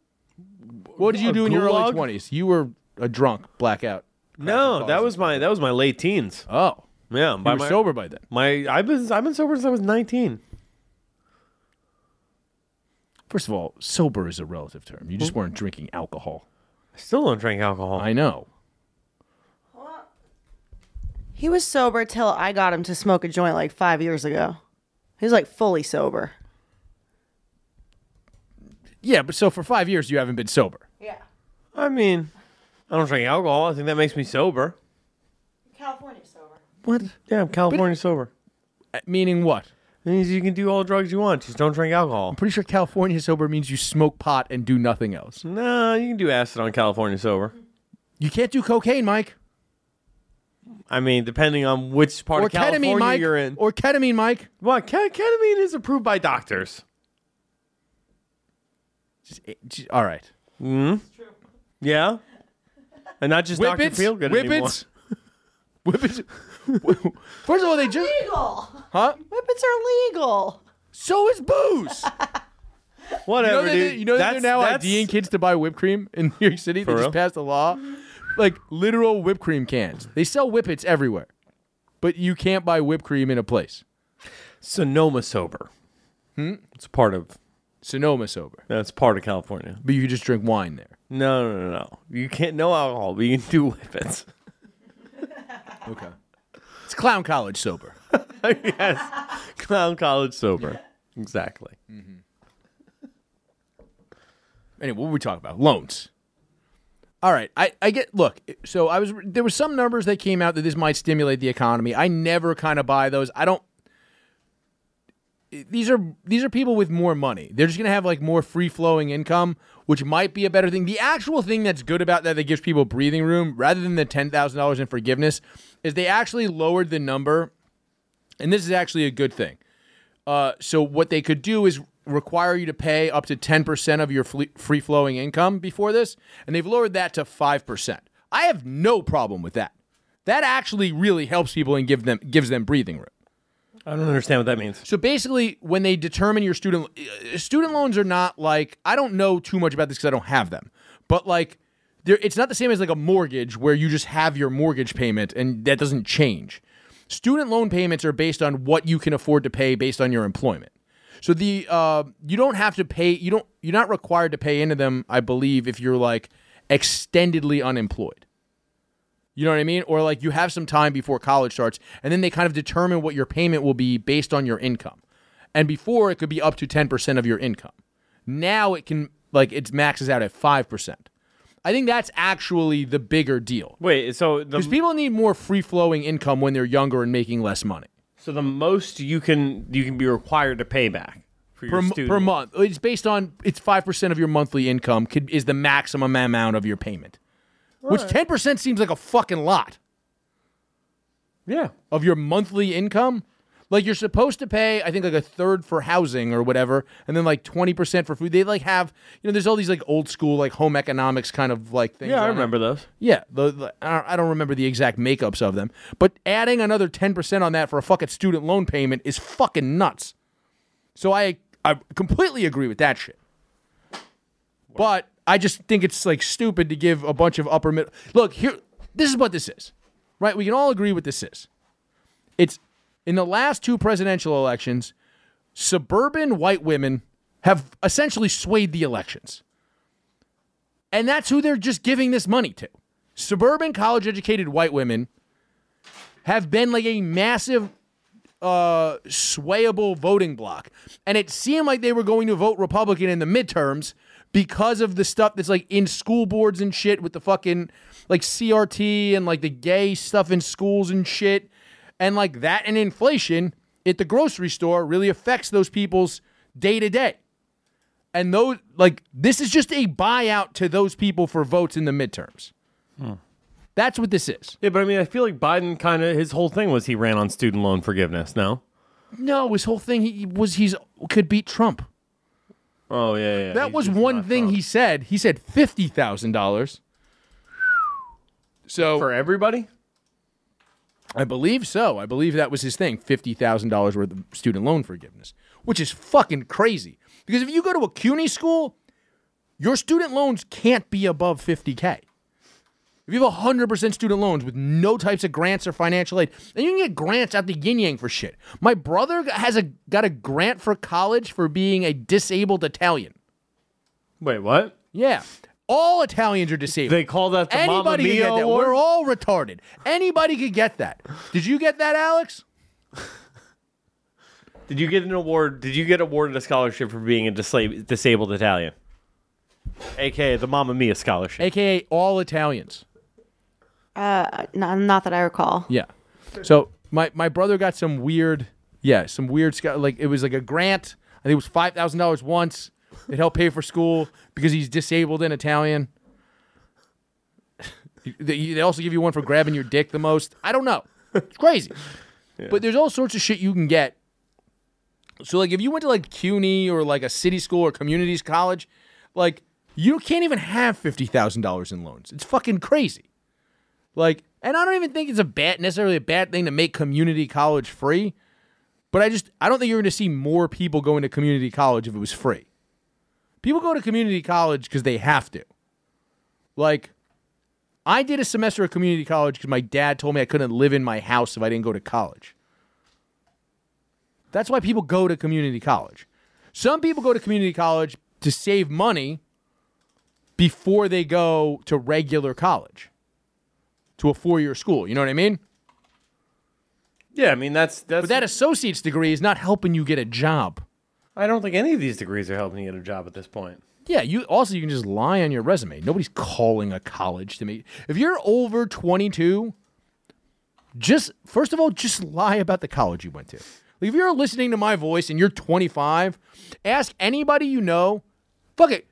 S1: What did you
S2: A
S1: do in your early
S2: gulag?
S1: 20s? You were a drunk, blackout.
S2: No, that was my that was my late teens.
S1: Oh.
S2: Yeah,
S1: You
S2: by
S1: were
S2: my,
S1: sober by then.
S2: My I've been I've been sober since I was nineteen.
S1: First of all, sober is a relative term. You
S2: Hmm?
S1: just weren't drinking alcohol.
S2: I still don't drink alcohol.
S1: I know.
S3: He was sober till I got him to smoke a joint like five years ago. He was like fully sober.
S1: Yeah, but so for 5 years you haven't been sober.
S3: Yeah.
S2: I mean, I don't drink alcohol. I think that makes me sober.
S3: California sober.
S1: What?
S2: Yeah, I'm California sober.
S1: Uh, Meaning what?
S2: It means you can do all the drugs you want. Just don't drink alcohol.
S1: Pretty sure California sober means you smoke pot and do nothing else.
S2: No, you can do acid on California sober.
S1: You can't do cocaine, Mike.
S2: I mean, depending on which part
S1: Or
S2: of California
S1: ketamine, Mike.
S2: you're in.
S1: Or ketamine, Mike.
S2: well, ke- ketamine is approved by doctors.
S1: Just- eh, just- all right.
S2: Yeah, and not just Doctor
S1: Whippets.
S2: Feelgood anymore.
S1: Whippets. Whippets. First of all, they just
S3: Legal.
S1: huh?
S3: Whippets are legal.
S1: So is booze. You know,
S2: Whatever,
S1: that
S2: dude.
S1: they- you know that
S2: That's-
S1: they're now
S2: that's-
S1: IDing kids to buy whipped cream in New York City. they
S2: real?
S1: just passed a law, like literal whipped cream cans. They sell whippets everywhere, but you can't buy whipped cream in a place.
S2: Sonoma sober. Hmm? It's part of
S1: Sonoma sober,
S2: that's part of California.
S1: but you can just drink wine there.
S2: No, no, no, no. You can't no alcohol, but you can do whippets.
S1: Okay. It's clown college sober.
S2: yes, clown college sober. Exactly.
S1: anyway, what were we talking about? Loans. All right, I, I get. Look, so I was there were some numbers that came out that this might stimulate the economy. I never kind of buy those. I don't. These are these are people with more money. They're just gonna have like more free flowing income, which might be a better thing. The actual thing that's good about that that gives people breathing room, rather than the ten thousand dollars in forgiveness, is they actually lowered the number, and this is actually a good thing. Uh, so what they could do is require you to pay up to 10% of your free flowing income before this, and they've lowered that to 5%. I have no problem with that. That actually really helps people and give them gives them breathing room.
S2: I don't understand what that means.
S1: So basically, when they determine your student uh, student loans are not like I don't know too much about this because I don't have them, but like there, it's not the same as like a mortgage where you just have your mortgage payment and that doesn't change. Student loan payments are based on what you can afford to pay based on your employment. So the uh, you don't have to pay you don't you're not required to pay into them. I believe if you're like extendedly unemployed. You know what I mean? Or like you have some time before college starts, and then they kind of determine what your payment will be based on your income. And before it could be up to 10% of your income. Now it can like it maxes out at 5%. I think that's actually the bigger deal.
S2: Wait, so the
S1: Because people need more free flowing income when they're younger and making less money.
S2: so the most you can you can be required to pay back for your
S1: Per, m-
S2: student
S1: per month. It's based on it's 5% of your monthly income could, is the maximum amount of your payment. Which 10% seems like a fucking lot.
S2: Yeah,
S1: of your monthly income. Like you're supposed to pay, I think like a third for housing or whatever, and then like twenty percent for food. They like have, you know, there's all these like old school like home economics kind of like things.
S2: yeah, I
S1: on it.
S2: remember those.
S1: Yeah, the, the, I don't- I don't remember the exact makeups of them, but adding another ten percent on that for a fucking student loan payment is fucking nuts. So I I completely agree with that shit. But I just think it's like stupid to give a bunch of upper middle. Look here, this is what this is, right? We can all agree what this is. It's in the last two presidential elections, suburban white women have essentially swayed the elections. And that's who they're just giving this money to. Suburban college educated white women have been like a massive uh, swayable voting block. And it seemed like they were going to vote Republican in the midterms because of the stuff that's like in school boards and shit with the fucking like CRT and like the gay stuff in schools and shit. And like that and inflation at the grocery store really affects those people's day to day. And those like this is just a buyout to those people for votes in the midterms. That's what this is.
S2: Yeah, but I mean, I feel like Biden kind of his whole thing was he ran on student loan forgiveness. No.
S1: No, his whole thing he was he's could beat Trump.
S2: Oh yeah, yeah.
S1: That was one thing he said. He said fifty thousand dollars. So
S2: for everybody.
S1: I believe so. I believe that was his thing fifty thousand dollars worth of student loan forgiveness, which is fucking crazy. Because if you go to a CUNY school, your student loans can't be above fifty k. If you have hundred percent student loans with no types of grants or financial aid, and you can get grants out the yin yang for shit. My brother has a got a grant for college for being a disabled Italian.
S2: Wait, what?
S1: Yeah, all Italians are disabled.
S2: They call that the Mamma
S1: Anybody could
S2: Mia
S1: get that.
S2: award?
S1: We're all retarded. Anybody could get that. Did you get that, Alex?
S2: Did you get an award? Did you get awarded a scholarship for being a disla- disabled Italian? AKA the Mamma Mia scholarship.
S1: AKA all Italians.
S3: Uh, not, not that I recall.
S1: Yeah. So my my brother got some weird, yeah, some weird sc- like it was like a grant. I think it was five thousand dollars once. It helped pay for school because he's disabled and Italian. they, they also give you one for grabbing your dick the most. I don't know. It's crazy. But there's all sorts of shit you can get. So like if you went to like CUNY or like a city school or communities college, like you can't even have fifty thousand dollars in loans. It's fucking crazy. Like, and I don't even think it's a bad necessarily a bad thing to make community college free. But I just I don't think you're going to see more people going to community college if it was free. People go to community college because they have to. Like, I did a semester of community college because my dad told me I couldn't live in my house if I didn't go to college. That's why people go to community college. Some people go to community college to save money before they go to regular college to a four year school. You know what I mean?
S2: Yeah, I mean that's that's.
S1: But that associate's degree is not helping you get a job.
S2: I don't think any of these degrees are helping you get a job at this point.
S1: Yeah, you also you can just lie on your resume. Nobody's calling a college to me. If you're over 22, just first of all, just lie about the college you went to. Like if you're listening to my voice and you're 25, ask anybody you know. Fuck it.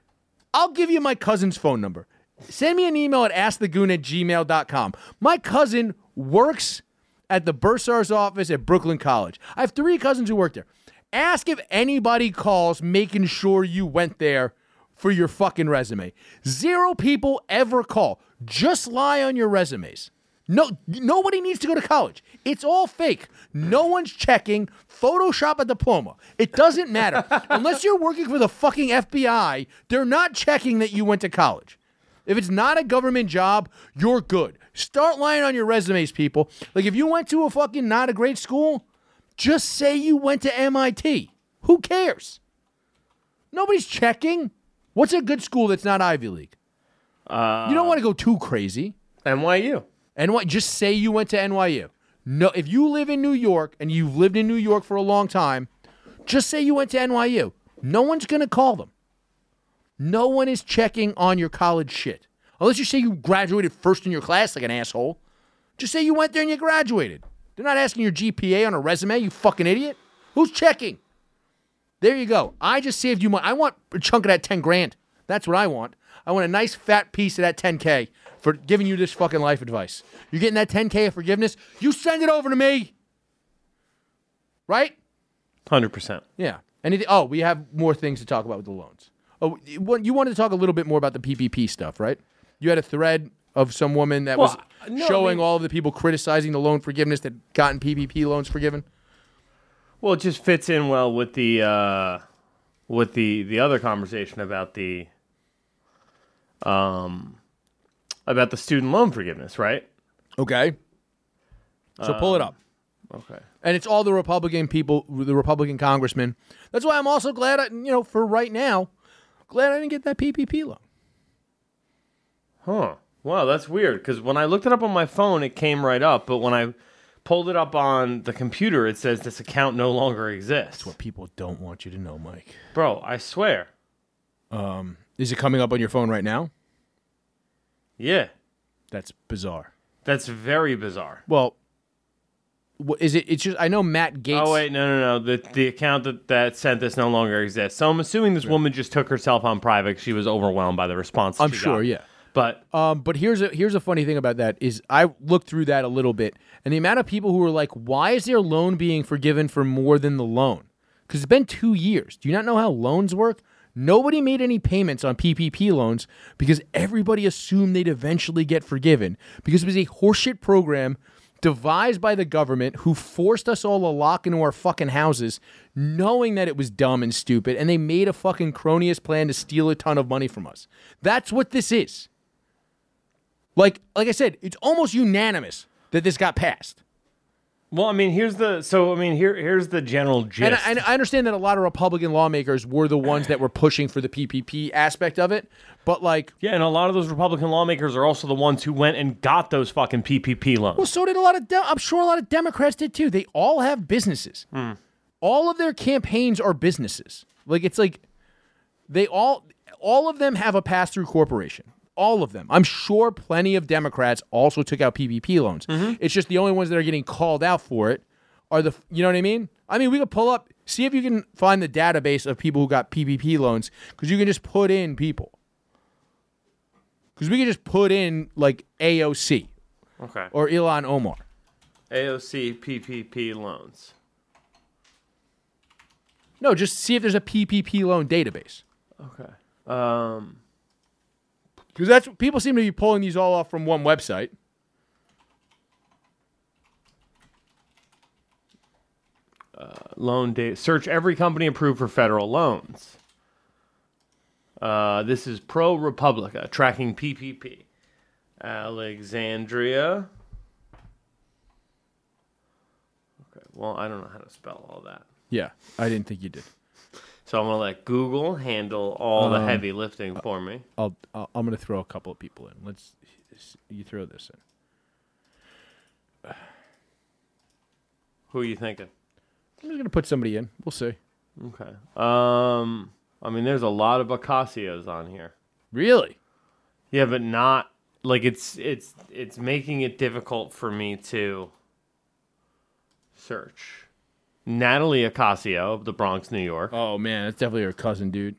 S1: I'll give you my cousin's phone number. Send me an email at askthegoon at gmail.com. My cousin works at the bursar's office at Brooklyn College. I have three cousins who work there. Ask if anybody calls making sure you went there for your fucking resume. Zero people ever call. Just lie on your resumes. No, nobody needs to go to college. It's all fake. No one's checking. Photoshop a diploma. It doesn't matter. Unless you're working for the fucking FBI, they're not checking that you went to college. If it's not a government job, you're good. Start lying on your resumes, people. Like if you went to a fucking not a great school, just say you went to MIT. Who cares? Nobody's checking. What's a good school that's not Ivy League? you don't want to go too crazy.
S2: NYU.
S1: NY, just say you went to NYU. No, if you live in New York and you've lived in New York for a long time, just say you went to NYU. No one's gonna call them. No one is checking on your college shit. Unless you say you graduated first in your class like an asshole. Just say you went there and you graduated. They're not asking your GPA on a resume, you fucking idiot. Who's checking? There you go. I just saved you money. I want a chunk of that 10 grand. That's what I want. I want a nice fat piece of that 10K for giving you this fucking life advice. You're getting that 10K of forgiveness? You send it over to me. Right?
S2: Hundred percent.
S1: Yeah. Anything? Oh, we have more things to talk about with the loans. Oh, you want- you wanted to talk a little bit more about the PPP stuff, right? You had a thread of some woman that
S2: Well,
S1: was
S2: no, I
S1: showing
S2: mean-
S1: all of the people criticizing the loan forgiveness that gotten PPP loans forgiven.
S2: Well, it just fits in well with the uh, with the the other conversation about the um about the student loan forgiveness, right?
S1: Okay. So pull it up.
S2: Okay.
S1: and it's all the Republican people, the Republican congressmen. That's why I'm also glad, I, you know, for right now, glad I didn't get that PPP loan.
S2: Huh. Wow, that's weird. Because when I looked it up on my phone, it came right up, but when I pulled it up on the computer, it says this account no longer exists.
S1: People don't want you to know, Mike.
S2: Bro, I swear.
S1: Is it coming up on your phone right now?
S2: Yeah,
S1: That's bizarre.
S2: that's very bizarre.
S1: Well, what is it? It's just I know Matt Gates.
S2: Oh wait, no, no, no. The the account that, that sent this no longer exists. So I'm assuming this woman just took herself on private. 'cause She was overwhelmed by the response.
S1: I'm
S2: she
S1: sure,
S2: got.
S1: yeah.
S2: But
S1: Um, but here's a here's a funny thing about that is I looked through that a little bit, and the amount of people who are like, "Why is their loan being forgiven for more than the loan?" Because it's been two years. Do you not know how loans work? Nobody made any payments on PPP loans because everybody assumed they'd eventually get forgiven because it was a horseshit program devised by the government who forced us all to lock into our fucking houses knowing that it was dumb and stupid and they made a fucking cronyist plan to steal a ton of money from us. That's what this is. Like like I said, it's almost unanimous that this got passed.
S2: well, I mean, here's the so I mean here here's the general gist.
S1: And I, and I understand that a lot of Republican lawmakers were the ones that were pushing for the PPP aspect of it, but like,
S2: yeah, and a lot of those Republican lawmakers are also the ones who went and got those fucking PPP loans.
S1: well, so did a lot of. De- I'm sure a lot of Democrats did too. They all have businesses. All of their campaigns are businesses. Like it's like they all all of them have a pass-through corporation. All of them. I'm sure plenty of Democrats also took out PPP loans. It's just the only ones that are getting called out for it are the you know what I mean? I mean, we could pull up see if you can find the database of people who got PPP loans cuz you can just put in people. Cuz we could just put in like AOC
S2: okay.
S1: or Elon Omar.
S2: AOC PPP loans.
S1: No, just see if there's a PPP loan database.
S2: Okay. Um.
S1: Cuz that's people seem to be pulling these all off from one website.
S2: loan data. Search every company approved for federal loans. Uh, this is Pro Republica tracking PPP. Alexandria. Okay, well, I don't know how to spell all that.
S1: Yeah, I didn't think you did.
S2: So I'm going to let Google handle all the heavy lifting for me.
S1: I'll, I'll I'm gonna throw a couple of people in. Let's you throw this in.
S2: Who are you thinking?
S1: I'm just gonna put somebody in. We'll see.
S2: Okay. Um, I mean, there's a lot of Acacios on here.
S1: Really?
S2: Yeah, but not like it's it's it's making it difficult for me to search. Natalie Acasio of the Bronx, New York.
S1: Oh man, that's definitely her cousin, dude.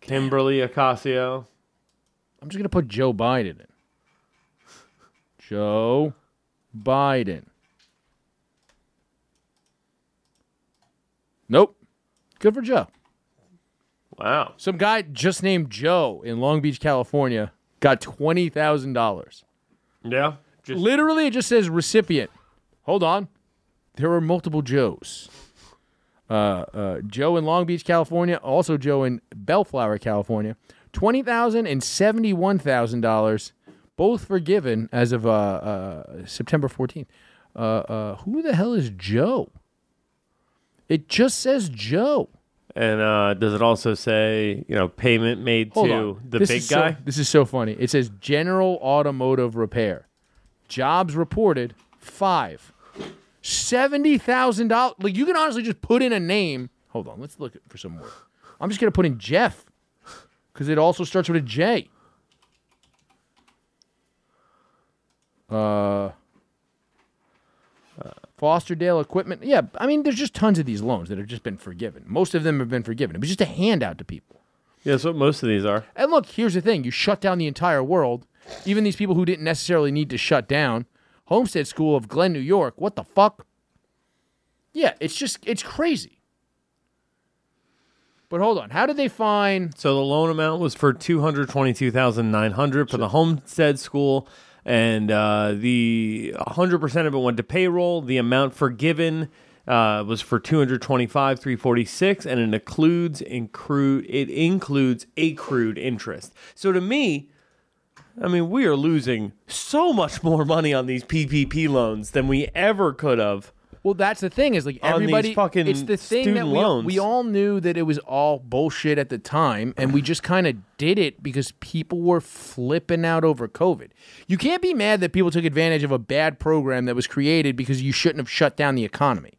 S2: Kimberly Acasio.
S1: I'm just gonna put Joe Biden in. Joe Biden. Nope. Good for Joe.
S2: Wow.
S1: Some guy just named Joe in Long Beach, California, got twenty thousand dollars.
S2: Yeah. Just
S1: Literally, it just says recipient. Hold on. There were multiple Joes. Uh, uh, Joe in Long Beach, California. Also, Joe in Bellflower, California. Twenty thousand and seventy-one thousand dollars, both forgiven as of uh, uh, September fourteenth. Uh, uh, who the hell is Joe? It just says Joe.
S2: and uh, does it also say you know payment made
S1: Hold
S2: to
S1: on.
S2: the
S1: This
S2: big
S1: is so-
S2: guy?
S1: this is so funny. It says general automotive repair. Jobs reported five. Seventy thousand dollars. Like you can honestly just put in a name. Hold on, let's look for some more. I'm just gonna put in Jeff because it also starts with a J. Uh, Fosterdale Equipment. Yeah, I mean, there's just tons of these loans that have just been forgiven. Most of them have been forgiven. It was just a handout to people.
S2: yeah, that's what most of these are.
S1: And look, here's the thing: you shut down the entire world, even these people who didn't necessarily need to shut down. Homestead School of Glen, New York. What the fuck? Yeah, it's just it's crazy. But hold on, how did they find?
S2: So the loan amount was for two hundred twenty-two thousand nine hundred for the homestead school, and uh, the hundred percent of it went to payroll. The amount forgiven uh, was for two hundred twenty-five three forty-six, and it includes accrued. It includes accrued interest. So to me. I mean, we are losing so much more money on these PPP loans than we ever could have.
S1: Well, that's the thing is like
S2: On these
S1: everybody.
S2: fucking
S1: it's the thing that
S2: student
S1: we,
S2: loans.
S1: we all knew that it was all bullshit at the time, and we just kind of did it because people were flipping out over COVID. You can't be mad that people took advantage of a bad program that was created because you shouldn't have shut down the economy.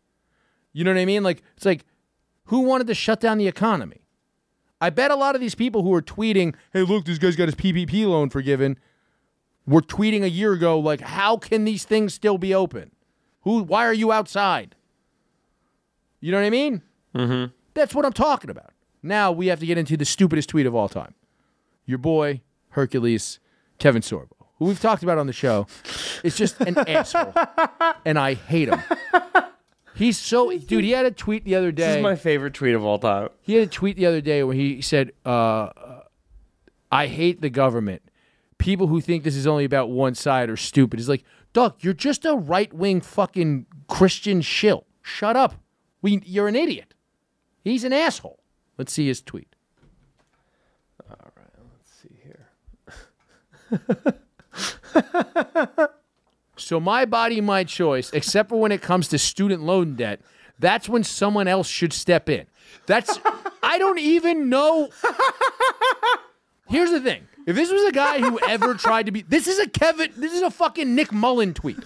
S1: You know what I mean? Like it's like who wanted to shut down the economy? I bet a lot of these people who are tweeting, "Hey, look, this guy's got his PPP loan forgiven," were tweeting a year ago like, "How can these things still be open?" Who? Why are you outside? You know what I mean? Mm-hmm. That's what I'm talking about. Now we have to get into the stupidest tweet of all time. Your boy Hercules, Kevin Sorbo, who we've talked about on the show, is just an asshole, and I hate him. He's so dude. He had a tweet the other day.
S2: This is my favorite tweet of all time.
S1: He had a tweet the other day where he said, uh, "I hate the government. People who think this is only about one side are stupid." He's like, "Duck, you're just a right wing fucking Christian shill. Shut up. We, you're an idiot. He's an asshole." Let's see his tweet.
S2: Let's see here.
S1: So my body, my choice, except for when it comes to student loan debt, that's when someone else should step in. That's I don't even know. Here's the thing. If this was a guy who ever tried to be this is a Kevin this is a fucking Nick Mullen tweet.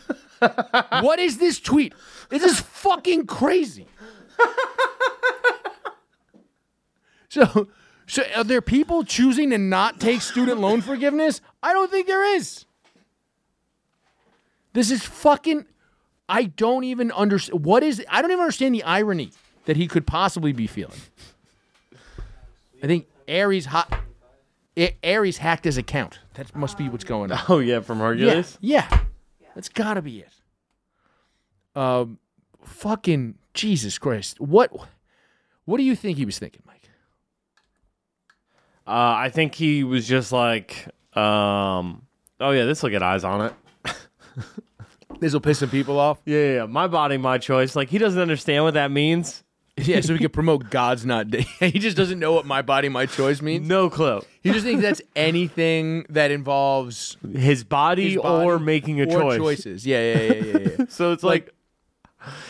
S1: What is this tweet? This is fucking crazy. So so are there people choosing to not take student loan forgiveness? I don't think there is. This is fucking. I don't even understand. What is. I don't even understand the irony that he could possibly be feeling. I think Aries hot. Aries hacked his account. That must be what's going on.
S2: Oh yeah, from Hercules.
S1: Yeah. yeah. That's got to be it. Um, fucking Jesus Christ. What what do you think he was thinking, Mike?
S2: Uh, I think he was just like, um, oh yeah, this will get eyes on it.
S1: This will piss some people off.
S2: Yeah, yeah, yeah, my body, my choice. Like he doesn't understand what that means.
S1: Yeah, so we could promote God's not dead. he just doesn't know what my body, my choice means.
S2: No clue.
S1: He just thinks that's anything that involves
S2: His body,
S1: his body
S2: or making a
S1: or
S2: choice.
S1: choices. Yeah, yeah, yeah, yeah, yeah. yeah.
S2: So it's like,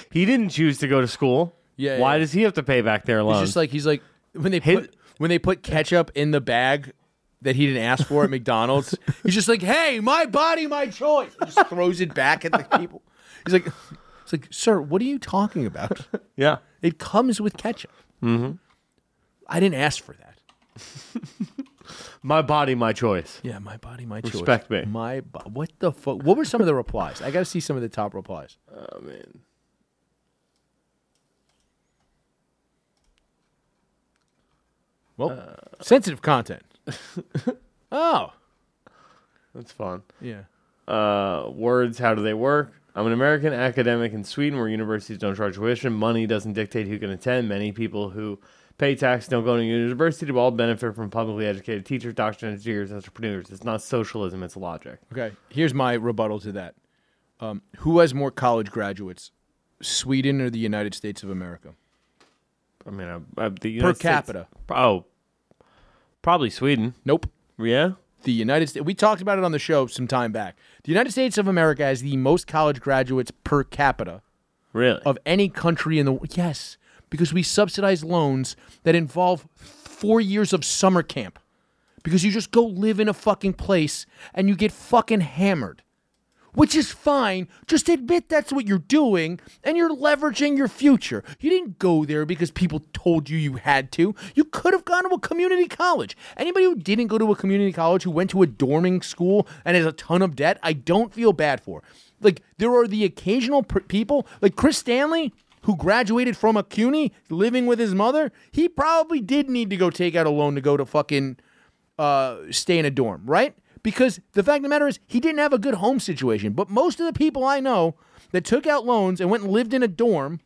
S2: he didn't choose to go to school.
S1: Yeah,
S2: Why
S1: yeah.
S2: does he have to pay back their
S1: It's
S2: loan?
S1: just like he's like when they
S2: His-
S1: put when they put ketchup in the bag that he didn't ask for at McDonald's. he's just like, "Hey, my body, my choice." He just throws it back at the people. He's like, "It's like, sir, what are you talking about?
S2: yeah.
S1: It comes with ketchup." Mm-hmm. I didn't ask for that.
S2: My body, my choice.
S1: Yeah, my body, my choice.
S2: Respect me.
S1: My bo- what the fuck? What were some of the replies? I got to see some of the top replies.
S2: Oh man.
S1: Well, sensitive content. oh,
S2: That's fun.
S1: yeah.
S2: uh, words, how do they work? I'm an American academic in Sweden where universities don't charge tuition. Money doesn't dictate who can attend. Many people who pay tax don't go to university to all benefit from publicly educated teachers, doctors, engineers, entrepreneurs. It's not socialism, it's logic.
S1: Okay, here's my rebuttal to that. Um, who has more college graduates, Sweden or the United States of America?
S2: I mean, I, I, the United States-
S1: capita.
S2: oh, probably Sweden.
S1: Nope.
S2: Yeah.
S1: The United States. We talked about it on the show some time back. The United States of America has the most college graduates per capita
S2: Really?
S1: of any country in the world. Yes, because we subsidize loans that involve four years of summer camp. Because you just go live in a fucking place and you get fucking hammered. Which is fine. Just admit that's what you're doing and you're leveraging your future. You didn't go there because people told you you had to. You could have gone to a community college. Anybody who didn't go to a community college, who went to a dorming school and has a ton of debt, I don't feel bad for. Like, there are the occasional pr- people, like Chris Stanley, who graduated from a CUNY living with his mother. He probably did need to go take out a loan to go to fucking uh, stay in a dorm, right? Because the fact of the matter is, he didn't have a good home situation. But most of the people I know that took out loans and went and lived in a dorm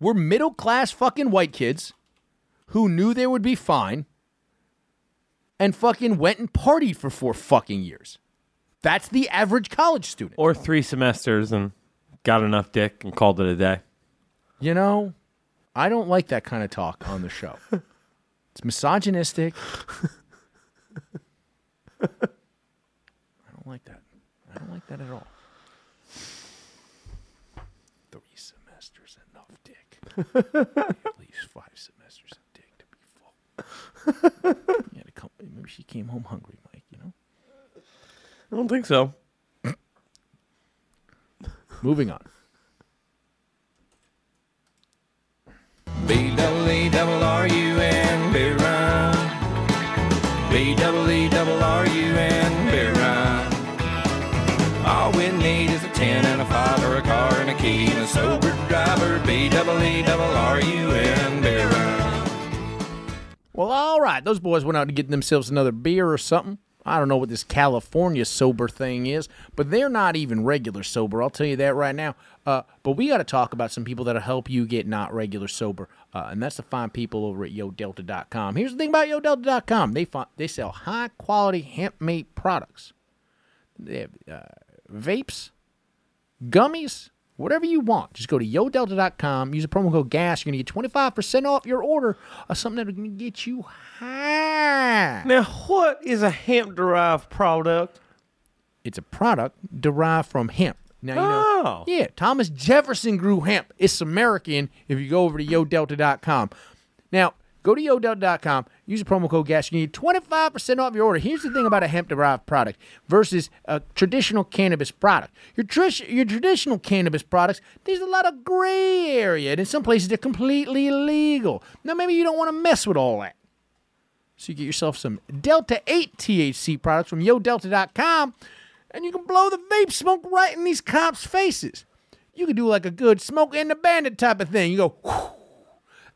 S1: were middle class fucking white kids who knew they would be fine and fucking went and partied for four fucking years. That's the average college student.
S2: or three semesters and got enough dick and called it a day.
S1: You know, I don't like that kind of talk on the show. it's misogynistic. I don't like that. I don't like that at all. Three semesters enough dick. at least five semesters of dick to be full. you had to come, maybe she came home hungry, Mike, you know?
S2: I don't think so.
S1: Moving on.
S4: B double E double R U N beer run. B double E double R U N beer run. All we need is a ten and a five or a car E
S1: God, those boys went out to get themselves another beer or something. I don't know what this California sober thing is, but they're not even regular sober. I'll tell you that right now. Uh, but we got to talk about some people that'll help you get not regular sober, uh, and that's the fine people over at YoDelta.com. Here's the thing about YoDelta.com: they fi- they sell high quality hemp made products. They have uh, vapes, gummies, whatever you want. Just go to yodelta.com, use the promo code GAS. You're going to get 25% off your order of something that's going to get you high.
S2: Now, what is a hemp derived product?
S1: It's a product derived from hemp. Now, you know.
S2: Oh.
S1: Yeah, Thomas Jefferson grew hemp. It's American if you go over to yodelta.com. Now, go to yodelta.com, use the promo code GAS. You get 25% off your order. Here's the thing about a hemp derived product versus a traditional cannabis product. Your, trish, your traditional cannabis products, there's a lot of gray area, and in some places they're completely illegal. Now, maybe you don't want to mess with all that. So you get yourself some Delta 8 THC products from yodelta.com and you can blow the vape smoke right in these cops' faces. You can do like a good smoke in the bandit type of thing. You go, "Whew."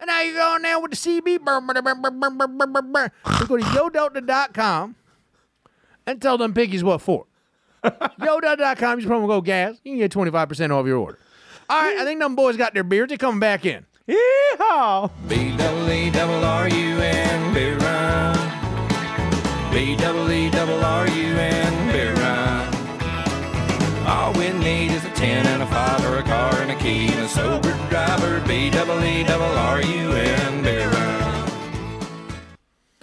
S1: and now you go in there with the CB. Burr, burr, burr, burr, burr, burr, burr, burr. So go to yodelta.com and tell them piggies what for. yodelta.com, use promo code gas. You can get 25% off your order. All right, I think them boys got their beards. They're coming back in.
S2: Yeehaw!
S4: B double E double R U N beer run. B double E double R U N beer run. All we need is a ten and a five or a car and a key and a sober driver. B double E double R U N beer run.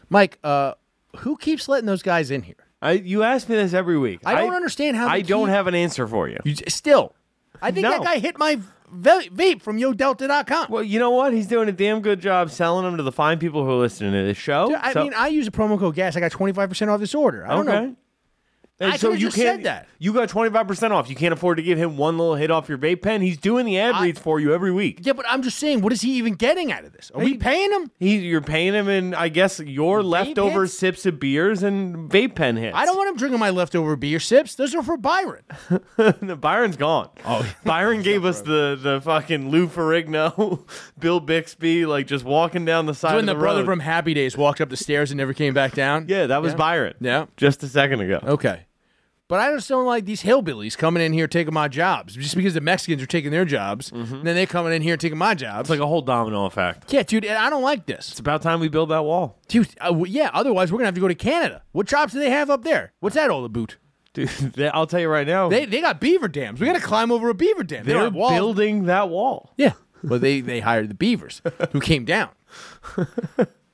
S1: Mike, uh, who keeps letting those guys in here?
S2: I, you ask me this every week.
S1: I don't understand how
S2: I
S1: they
S2: don't
S1: keep-
S2: have an answer for you.
S1: You j- still, I think that
S2: No.
S1: guy hit my va- vape from yodelta.com.
S2: Well, you know what? He's doing a damn good job selling them to the fine people who are listening to this show.
S1: Dude, I
S2: so-
S1: mean, I use a promo code gas. I got twenty five percent off this order. I don't know.
S2: And
S1: I
S2: so
S1: could've
S2: you
S1: just
S2: can't.
S1: said that.
S2: You got twenty five percent off. You can't afford to give him one little hit off your vape pen. He's doing the ad
S1: I-
S2: reads for you every week.
S1: Yeah, but I'm just saying, what is he even getting out of this? Are we paying him?
S2: He, you're paying him in, I guess, your leftover
S1: hits?
S2: sips of beers and vape pen hits.
S1: I don't want him drinking my leftover beer sips. Those are for Byron.
S2: want. Byron's gone. Oh, Byron gave us the the fucking Lou Ferrigno, Bill Bixby, like just walking down the side
S1: when
S2: of
S1: the,
S2: the,
S1: brother
S2: road.
S1: from Happy Days walked up the stairs and never came back down.
S2: yeah, that was Byron.
S1: Yeah.
S2: just a second ago.
S1: Okay. But I just don't like these hillbillies coming in here taking my jobs just because the Mexicans are taking their jobs. And then they're coming in here taking my jobs.
S2: Mm-hmm. It's like a whole domino effect.
S1: yeah, dude, and I don't like this.
S2: It's about time we build that wall.
S1: Dude, uh, w- yeah, otherwise we're going to have to go to Canada. What jobs do they have up there? What's that all about?
S2: Dude, they, I'll tell you right now,
S1: They they got beaver dams. We got to climb over a beaver dam. They
S2: they're
S1: don't have walls.
S2: building that wall.
S1: Yeah. Well, they they hired the beavers who came down.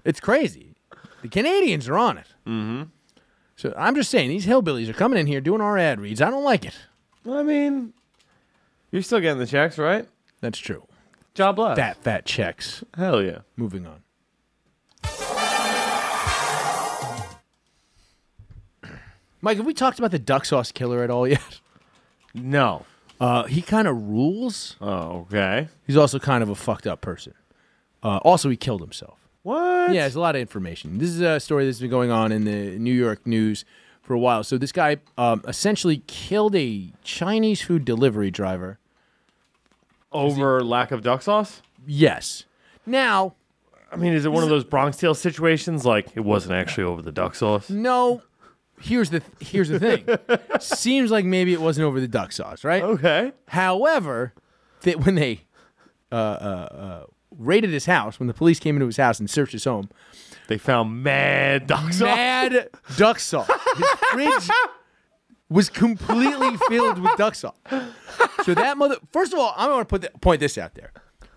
S1: it's crazy. The Canadians are on it. Mm-hmm. So I'm just saying these hillbillies are coming in here doing our ad reads. I don't like it.
S2: I mean, you're still getting the checks, right?
S1: That's true.
S2: Job left.
S1: Fat fat checks.
S2: Hell yeah.
S1: Moving on. Mike, have we talked about the duck sauce killer at all yet?
S2: No.
S1: Uh, he kind of rules.
S2: Oh, okay.
S1: He's also kind of a fucked up person. Uh, also, he killed himself.
S2: What?
S1: Yeah, there's a lot of information. This is a story that's been going on in the New York news for a while. So this guy um, essentially killed a Chinese food delivery driver.
S2: Over lack of duck sauce?
S1: Yes. Now,
S2: I mean, is it one of those Bronx Tale situations? Like, it wasn't actually over the duck sauce?
S1: no. Here's the here's the thing. Seems like maybe it wasn't over the duck sauce, right?
S2: Okay.
S1: However, that when they uh, uh, uh, raided his house, when the police came into his house and searched his home,
S2: They found mad duck sauce.
S1: mad duck sauce. His fridge was completely filled with duck sauce. So that mother. First of all, I'm going to put th- point this out there.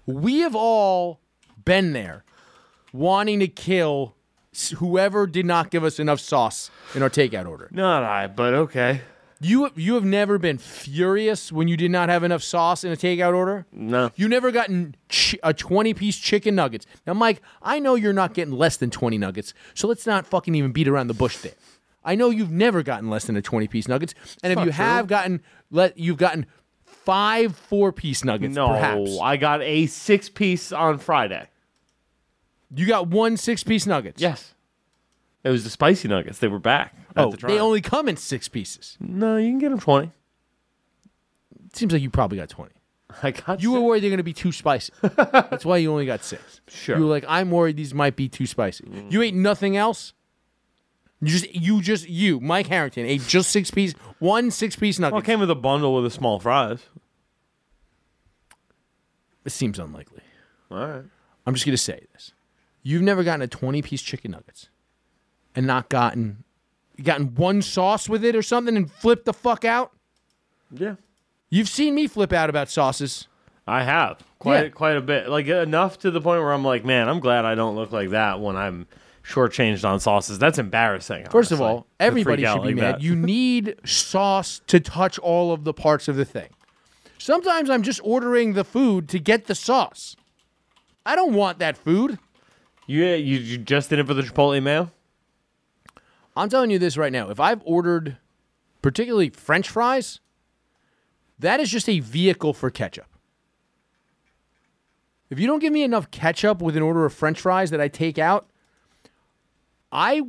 S1: We have all been there, wanting to kill s- whoever did not give us enough sauce in our takeout order.
S2: Not I, but okay.
S1: You you have never been furious when you did not have enough sauce in a takeout order.
S2: No.
S1: You never gotten ch- a 20 piece chicken nuggets. Now, Mike, I know you're not getting less than 20 nuggets, so let's not fucking even beat around the bush there. I know you've never gotten less than a 20 piece nuggets, and if you have gotten, let you've gotten five four piece nuggets.
S2: No,
S1: perhaps
S2: I got a six piece on Friday.
S1: you got one six piece nuggets.
S2: Yes. It was the spicy nuggets. They were back. at
S1: Oh,
S2: the
S1: they
S2: trial.
S1: only come in six pieces.
S2: No, you can get them 20.
S1: Seems like you probably got 20.
S2: I got
S1: You were
S2: six.
S1: worried they're going to be too spicy. That's why you only got six.
S2: Sure. Mm.
S1: You were like, I'm worried these might be too spicy. You ate nothing else. You just, you just, you, Mike Harrington, ate just six piece, one six piece nugget.
S2: Well, it came with a bundle with a small fries.
S1: It seems unlikely.
S2: All right.
S1: I'm just gonna say this: you've never gotten a 20 piece chicken nuggets and not gotten gotten one sauce with it or something and flipped the fuck out.
S2: Yeah.
S1: You've seen me flip out about sauces.
S2: I have quite
S1: Yeah.
S2: quite a bit, like enough to the point where I'm like, man, I'm glad I don't look like that when I'm shortchanged on sauces. That's embarrassing.
S1: First of
S2: honestly,
S1: all,
S2: to freak
S1: everybody
S2: out
S1: should be
S2: like
S1: mad.
S2: that.
S1: You need sauce to touch all of the parts of the thing. Sometimes I'm just ordering the food to get the sauce. I don't want that food.
S2: you you you just did it for the Chipotle mayo.
S1: I'm telling you this right now. If I've ordered particularly french fries, that is just a vehicle for ketchup. If you don't give me enough ketchup with an order of french fries that I take out, I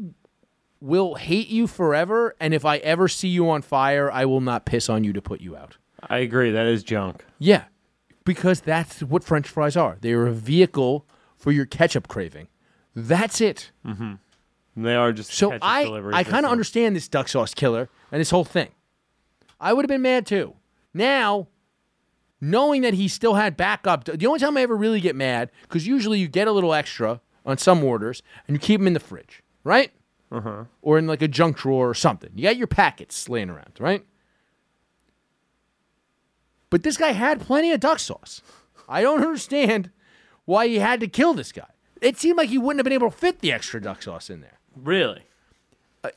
S1: will hate you forever. And if I ever see you on fire, I will not piss on you to put you out.
S2: I agree. That is junk.
S1: Yeah, because that's what french fries are. They are a vehicle for your ketchup craving. That's it.
S2: They are just
S1: So
S2: ketchup
S1: I
S2: delivery
S1: I kind
S2: system.
S1: of understand this duck sauce killer and this whole thing. I would have been mad too. Now, knowing that he still had backup, the only time I ever really get mad because usually you get a little extra on some orders and you keep them in the fridge, right? Uh-huh. Or in like a junk drawer or something. You got your packets laying around, right? But this guy had plenty of duck sauce. I don't understand why he had to kill this guy. It seemed like he wouldn't have been able to fit the extra duck sauce in there
S2: really.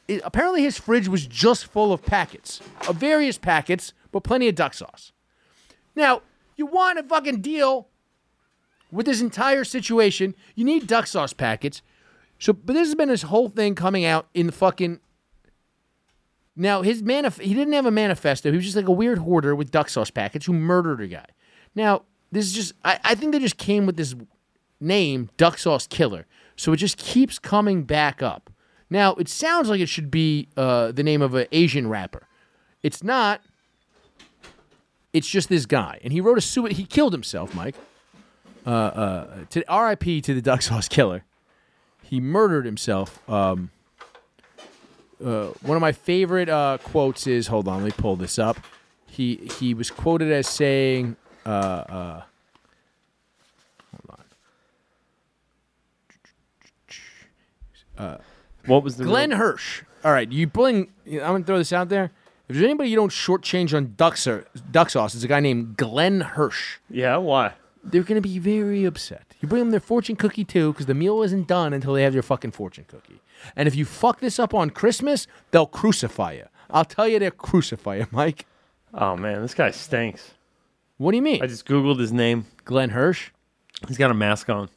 S1: it- apparently his fridge was just full of packets, of various packets, but plenty of duck sauce. Now, you want to fucking deal with this entire situation, you need duck sauce packets. So, but this has been this whole thing coming out in the fucking. Now his manif- he didn't have a manifesto. He was just like a weird hoarder with duck sauce packets who murdered a guy. Now this is just I, I think they just came with this name duck sauce killer, so it just keeps coming back up. Now it sounds like it should be uh, the name of an Asian rapper. It's not. It's just this guy, and he wrote a suicide. He killed himself, Mike. Uh, uh, to R.I.P. to the duck sauce killer. He murdered himself. Um, uh, one of my favorite uh, quotes is hold on, let me pull this up. He he was quoted as saying, uh, uh, hold on,
S2: What was the
S1: Glenn Hirsch. All right, you bring. I'm gonna throw this out there. If there's anybody you don't shortchange on duck, sir, duck sauce, it's a guy named Glenn Hirsch.
S2: Yeah. Why?
S1: They're gonna be very upset. You bring them their fortune cookie too, because the meal isn't done until they have their fucking fortune cookie. And if you fuck this up on Christmas, they'll crucify you. I'll tell you, they'll crucify you, Mike.
S2: Oh man, this guy stinks.
S1: What do you mean?
S2: I just googled his name.
S1: Glenn Hirsch.
S2: He's got a mask on.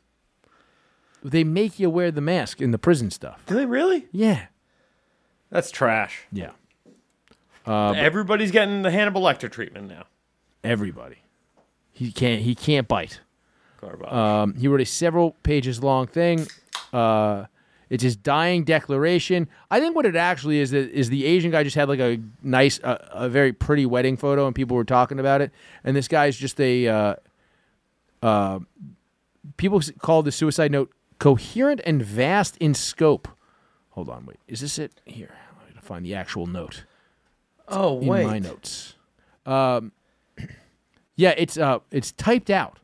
S1: They make you wear the mask in the prison stuff.
S2: Do they really?
S1: Yeah.
S2: That's trash.
S1: Yeah.
S2: Everybody's getting the Hannibal Lecter treatment now.
S1: Everybody. He can't he can't bite.
S2: Garbage.
S1: Um, he wrote a several pages long thing. Uh, it's his dying declaration. I think what it actually is that is the Asian guy just had like a nice, uh, a very pretty wedding photo, and people were talking about it. And this guy's just a. Uh, uh, people s- call the suicide note coherent and vast in scope. Hold on, wait, is this it? Here, I'm gonna find the actual note
S2: oh
S1: in my notes. Um, yeah, it's uh, it's typed out.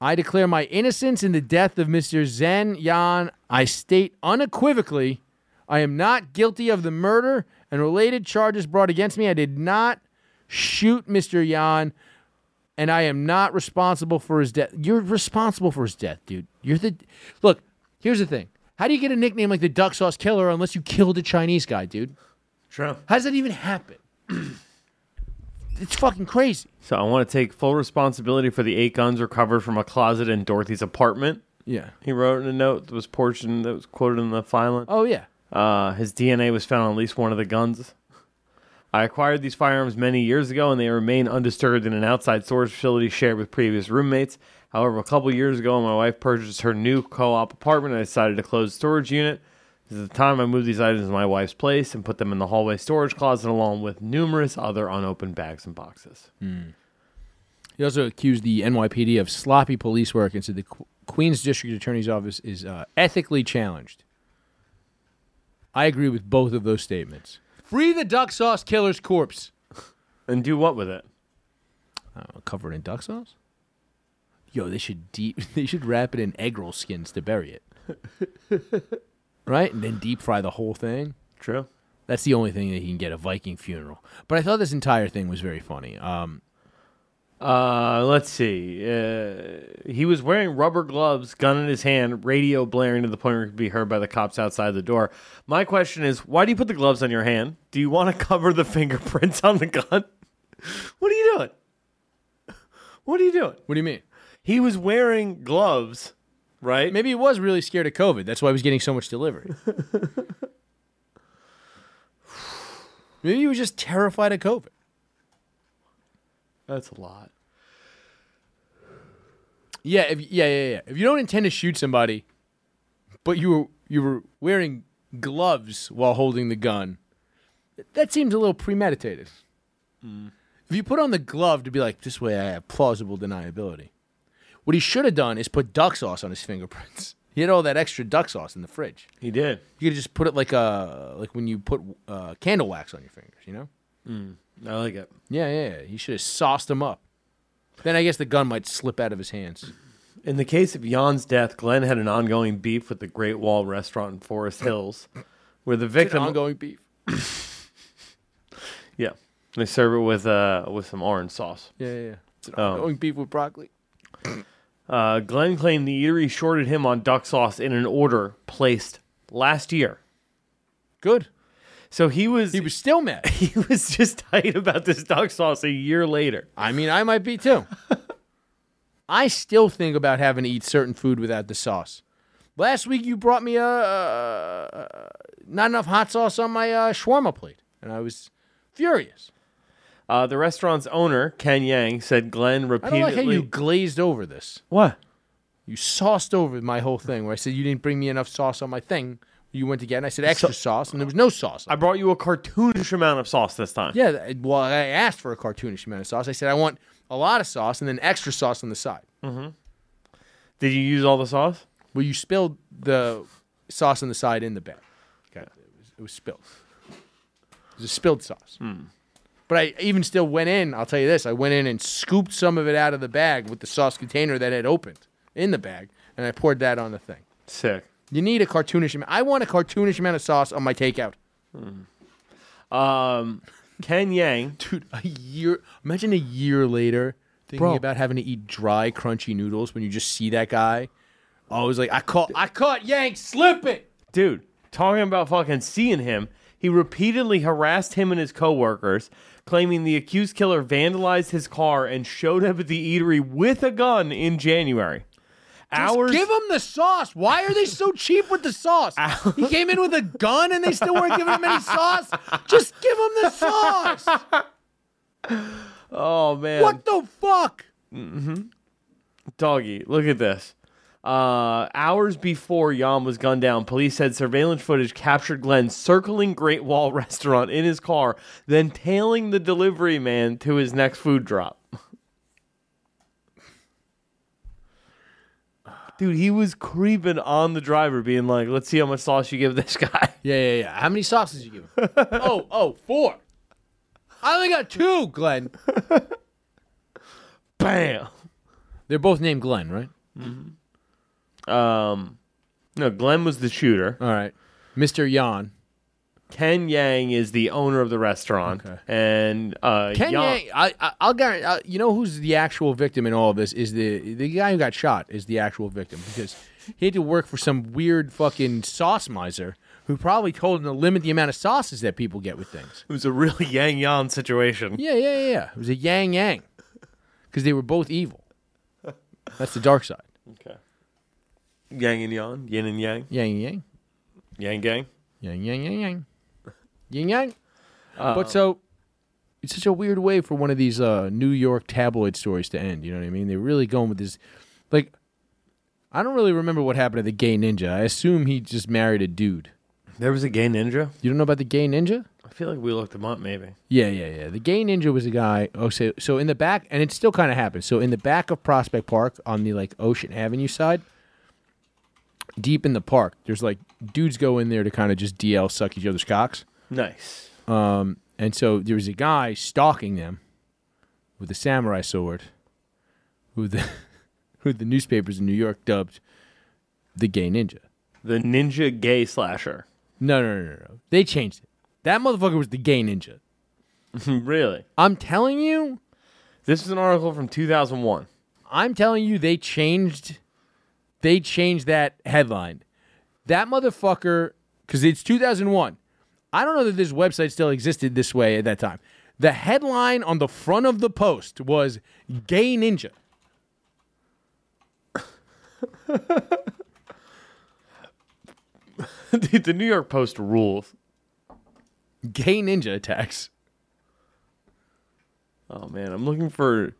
S1: I declare my innocence in the death of Mr. Zen Yan. I state unequivocally, I am not guilty of the murder and related charges brought against me. I did not shoot Mr. Yan, and I am not responsible for his death. You're responsible for his death, dude. You're the look. Here's the thing: How do you get a nickname like the Duck Sauce Killer unless you killed a Chinese guy, dude?
S2: True.
S1: How does that even happen? it's fucking crazy.
S2: So I want to take full responsibility for the eight guns recovered from a closet in Dorothy's apartment.
S1: Yeah.
S2: He wrote in a note that was portion that was quoted in the filing.
S1: Oh yeah.
S2: Uh, his DNA was found on at least one of the guns. I acquired these firearms many years ago, and they remain undisturbed in an outside storage facility shared with previous roommates. However, a couple years ago, my wife purchased her new co-op apartment, and I decided to close the storage unit. This is the time I moved these items to my wife's place and put them in the hallway storage closet, along with numerous other unopened bags and boxes.
S1: He also accused the NYPD of sloppy police work and said the Qu- Queens District Attorney's Office is uh, ethically challenged. I agree with both of those statements. Free the duck sauce killer's corpse.
S2: And do what with it?
S1: Uh, covered in duck sauce? Yo, they should deep. They should wrap it in egg roll skins to bury it. right, and then deep fry the whole thing.
S2: True.
S1: That's the only thing that he can get a Viking funeral. But I thought this entire thing was very funny. Um,
S2: Uh, let's see. Uh, he was wearing rubber gloves, gun in his hand, radio blaring to the point where it could be heard by the cops outside the door. My question is, why do you put the gloves on your hand? Do you want to cover the fingerprints on the gun? What are you doing? What are you doing?
S1: what do you mean?
S2: He was wearing gloves, right?
S1: Maybe he was really scared of COVID. That's why he was getting so much delivery. Maybe he was just terrified of COVID.
S2: That's a lot.
S1: Yeah, if, yeah, yeah, yeah. If you don't intend to shoot somebody, but you were you were wearing gloves while holding the gun, that seems a little premeditated. If you put on the glove to be like, this way I have plausible deniability. What he should have done is put duck sauce on his fingerprints. He had all that extra duck sauce in the fridge.
S2: He did.
S1: You could just put it like a like when you put uh, candle wax on your fingers, you know?
S2: I like it.
S1: Yeah, yeah. yeah. He should have sauced him up. Then I guess the gun might slip out of his hands.
S2: In the case of Jan's death, Glenn had an ongoing beef with the Great Wall restaurant in Forest Hills, where the victim
S1: Ongoing beef.
S2: Yeah. They serve it with uh with some orange sauce.
S1: Yeah, yeah. yeah. It's an
S2: Oh.
S1: ongoing beef with broccoli.
S2: Uh, Glenn claimed the eatery shorted him on duck sauce in an order placed last year.
S1: Good.
S2: So he was
S1: He was still mad.
S2: he was just tight about this duck sauce a year later.
S1: I mean, I might be too. I still think about having to eat certain food without the sauce. Last week you brought me a uh, not enough hot sauce on my uh, shawarma plate, and I was furious.
S2: Uh, the restaurant's owner, Ken Yang, said Glenn
S1: I
S2: repeatedly
S1: don't like how you glazed over this.
S2: What?
S1: You sauced over my whole thing where I said you didn't bring me enough sauce on my thing. You went to get, and I said extra sauce, and there was no sauce.
S2: I brought you a cartoonish amount of sauce this time.
S1: yeah, th- well, I asked for a cartoonish amount of sauce. I said I want a lot of sauce and then extra sauce on the side.
S2: Did you use all the sauce?
S1: Well, you spilled the sauce on the side in the bag. Okay, it was, it was spilled. It was a spilled sauce. But I even still went in. I'll tell you this: I went in and scooped some of it out of the bag with the sauce container that had opened in the bag, and I poured that on the thing.
S2: Sick.
S1: You need a cartoonish amount. I want a cartoonish amount of sauce on my takeout.
S2: Ken Yang
S1: Dude, a year. Imagine a year later thinking
S2: Bro.
S1: about having to eat dry, crunchy noodles when you just see that guy. I was like, I caught, I caught Yang slipping.
S2: dude, talking about fucking seeing him, he repeatedly harassed him and his coworkers, claiming the accused killer vandalized his car and showed up at the eatery with a gun in January.
S1: Just
S2: Hours,
S1: give him the sauce. Why are they so cheap with the sauce? he came in with a gun and they still weren't giving him any sauce. Just give him the sauce.
S2: oh man,
S1: What the fuck?
S2: doggy, look at this. Uh, hours before Yam was gunned down, police said surveillance footage captured Glenn circling Great Wall Restaurant in his car, then tailing the delivery man to his next food drop. Dude, he was creeping on the driver, being like, "Let's see how much sauce you give this guy."
S1: Yeah, yeah, yeah. How many sauces you give him? oh, oh, four. I only got two, Glenn.
S2: Bam.
S1: They're both named Glenn, right?
S2: Um, no, Glenn was the shooter.
S1: All right. Mr. Yan.
S2: Ken Yang is the owner of the restaurant,
S1: Okay.
S2: and uh,
S1: Ken
S2: Yam-
S1: Yang, I, I, I'll guarantee. I, you know who's the actual victim in all of this is the the guy who got shot is the actual victim because he had to work for some weird fucking sauce miser who probably told him to limit the amount of sauces that people get with things.
S2: It was a really yang yang situation.
S1: Yeah, yeah, yeah, yeah. It was a yang yang because they were both evil. That's the dark side.
S2: Okay. Yang and yang, yin and yang,
S1: Yang yang
S2: yang gang.
S1: yang yang yang yang yang yang. but so. It's such a weird way for one of these uh, New York tabloid stories to end. You know what I mean? They're really going with this, like I don't really remember what happened to the gay ninja. I assume he just married a dude.
S2: There was a gay ninja.
S1: You don't know about the gay ninja?
S2: I I feel like we looked him up, maybe.
S1: Yeah, yeah, yeah. The gay ninja was a guy. Oh, so, so in the back, and it still kind of happens. So in the back of Prospect Park, on the like Ocean Avenue side, deep in the park, there's like dudes go in there to kind of just DL suck each other's cocks.
S2: Nice.
S1: And so there was a guy stalking them with a samurai sword, who the who the newspapers in New York dubbed the gay ninja.
S2: The ninja gay slasher.
S1: No, no, no, no, no. They changed it. That motherfucker was the gay ninja.
S2: really?
S1: I'm telling you,
S2: This is an article from 2001.
S1: I'm telling you, they changed. They changed that headline. That motherfucker, because it's 2001. I don't know that this website still existed this way at that time. The headline on the front of the post was "Gay Ninja."
S2: Dude, the New York Post rules.
S1: Gay Ninja attacks.
S2: Oh man, I'm looking for.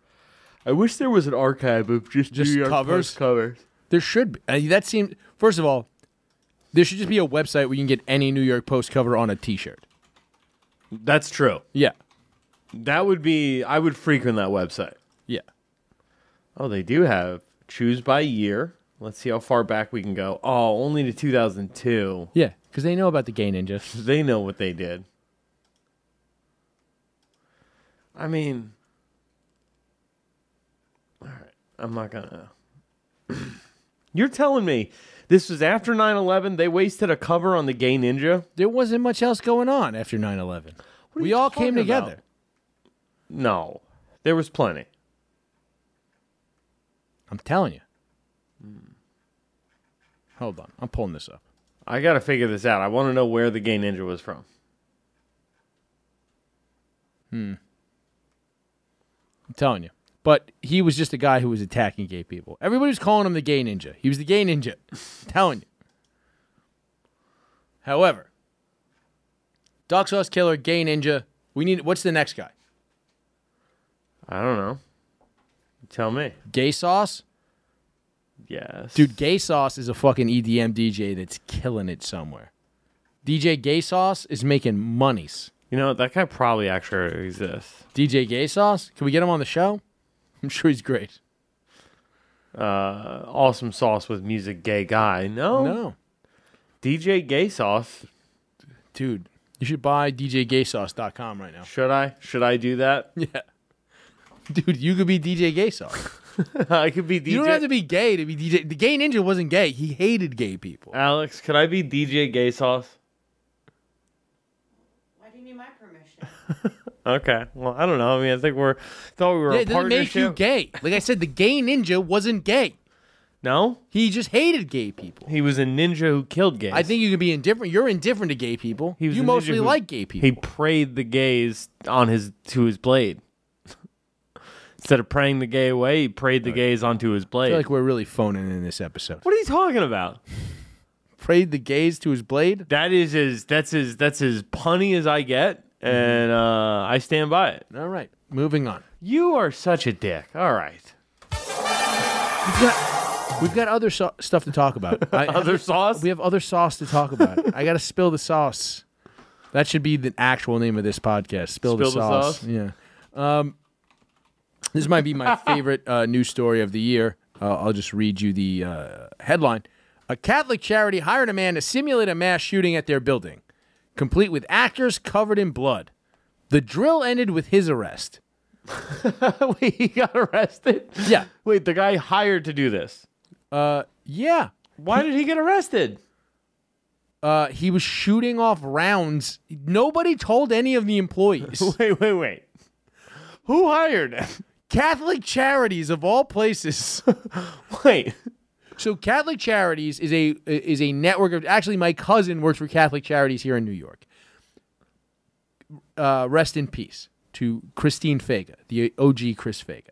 S2: I wish there was an archive of just,
S1: Just
S2: New York
S1: covers?
S2: Post covers.
S1: There should be. I mean, that seems. First of all, there should just be a website where you can get any New York Post cover on a T-shirt.
S2: That's true.
S1: Yeah,
S2: That would be. I would frequent that website.
S1: yeah.
S2: Oh, they do have choose by year. Let's see how far back we can go. Oh, only to 2002.
S1: Yeah, because they know about the gay ninja.
S2: They know what they did. I mean, all right. I'm not gonna. You're telling me this was after 9/11. They wasted a cover on the gay ninja.
S1: There wasn't much else going on after 9-11.
S2: are
S1: We
S2: you
S1: all came
S2: talking about?
S1: together.
S2: No, there was plenty.
S1: I'm telling you. Hold on. I'm pulling this up.
S2: I gotta figure this out. I want to know where the gay ninja was from.
S1: I'm telling you. But he was just a guy who was attacking gay people. Everybody was calling him the gay ninja. He was the gay ninja. I'm telling you. However, Doc Sauce Killer, gay ninja. We need. What's the next guy?
S2: I don't know. Tell me.
S1: Gay Sauce?
S2: Yes,
S1: Dude, Gay Sauce is a fucking E EDM DJ that's killing it somewhere. DJ Gay Sauce is making monies.
S2: You know that guy probably actually exists.
S1: DJ Gay Sauce? Can we get him on the show? I'm sure he's great.
S2: Uh, awesome sauce with music, gay guy. No,
S1: No.
S2: DJ Gay Sauce.
S1: Dude, you should buy DJGaySauce.com right now.
S2: Should I? Should I do that?
S1: Yeah. Dude, you could be DJ Gay Sauce.
S2: I could be DJ.
S1: You don't have to be gay to be DJ. The gay ninja wasn't gay. He hated gay people.
S2: Alex, could I be DJ Gay Sauce?
S3: Why do you need my permission?
S2: Okay. Well, I don't know. I mean, I think we're thought we were
S1: Yeah,
S2: a
S1: it doesn't make you
S2: partnership.
S1: gay. Like I said, the gay ninja wasn't gay.
S2: no,
S1: He just hated gay people.
S2: he was a ninja who killed gays.
S1: I think you could be indifferent. You're indifferent to gay people.
S2: He was
S1: you
S2: a ninja
S1: mostly
S2: who-
S1: like gay people.
S2: he prayed the gays on his to his blade. Instead of praying the gay away, he prayed the gays onto his
S1: I
S2: blade.
S1: feel like we're really phoning in this episode.
S2: what are you talking about?
S1: Prayed the gays to his blade.
S2: That is as that's as that's as punny as I get,
S1: Mm-hmm.
S2: and uh, I stand by it.
S1: All right, moving on.
S2: You are such a dick. All right.
S1: We've got, we've got other so- stuff to talk about. I-
S2: Other sauce?
S1: We have other sauce to talk about. I got to spill the sauce. That should be the actual name of this podcast. Spill, the,
S2: Spill the
S1: sauce.
S2: sauce?
S1: Yeah. Um, this might be my favorite uh, news story of the year. Uh, I'll just read you the uh, headline: A Catholic charity hired a man to simulate a mass shooting at their building, complete with actors covered in blood. The drill ended with his arrest.
S2: Wait, he got arrested?
S1: Yeah.
S2: Wait, the guy hired to do this.
S1: Uh, Yeah.
S2: Why did he get arrested?
S1: Uh, he was shooting off rounds. Nobody told any of the employees.
S2: Wait, wait, wait. Who hired him?
S1: Catholic Charities of all places.
S2: Wait.
S1: so Catholic Charities is a is a network of actually my cousin works for Catholic Charities here in New York. Uh, rest in peace to Christine Fega, the OG Chris Fega.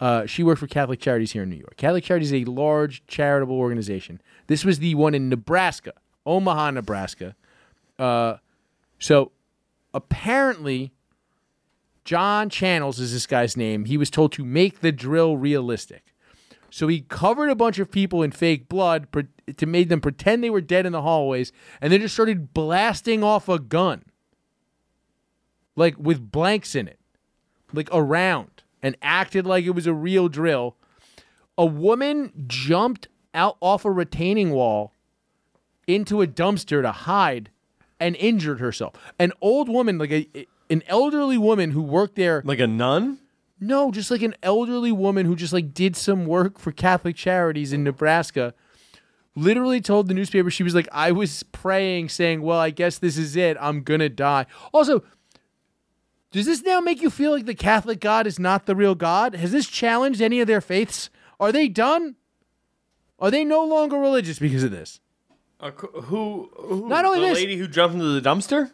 S1: Uh, she worked for Catholic Charities here in New York. Catholic Charities is a large charitable organization. This was the one in Nebraska, Omaha, Nebraska. Uh, So apparently, John Channels is this guy's name. He was told to make the drill realistic. So he covered a bunch of people in fake blood pre- to made them pretend they were dead in the hallways, and then just started blasting off a gun. like with blanks in it, like around, and acted like it was a real drill. A woman jumped out off a retaining wall into a dumpster to hide and injured herself. An old woman, like a an elderly woman who worked there
S2: Like a nun?
S1: no, just like an elderly woman who just like did some work for Catholic charities in Nebraska. Literally told the newspaper she was like, I was praying, saying, Well, I guess this is it. I'm gonna die. Also, does this now make you feel like the Catholic God is not the real God? Has this challenged any of their faiths? Are they done? Are they no longer religious because of this?
S2: Uh, who, who?
S1: Not only
S2: the
S1: this-
S2: lady who jumped into the dumpster.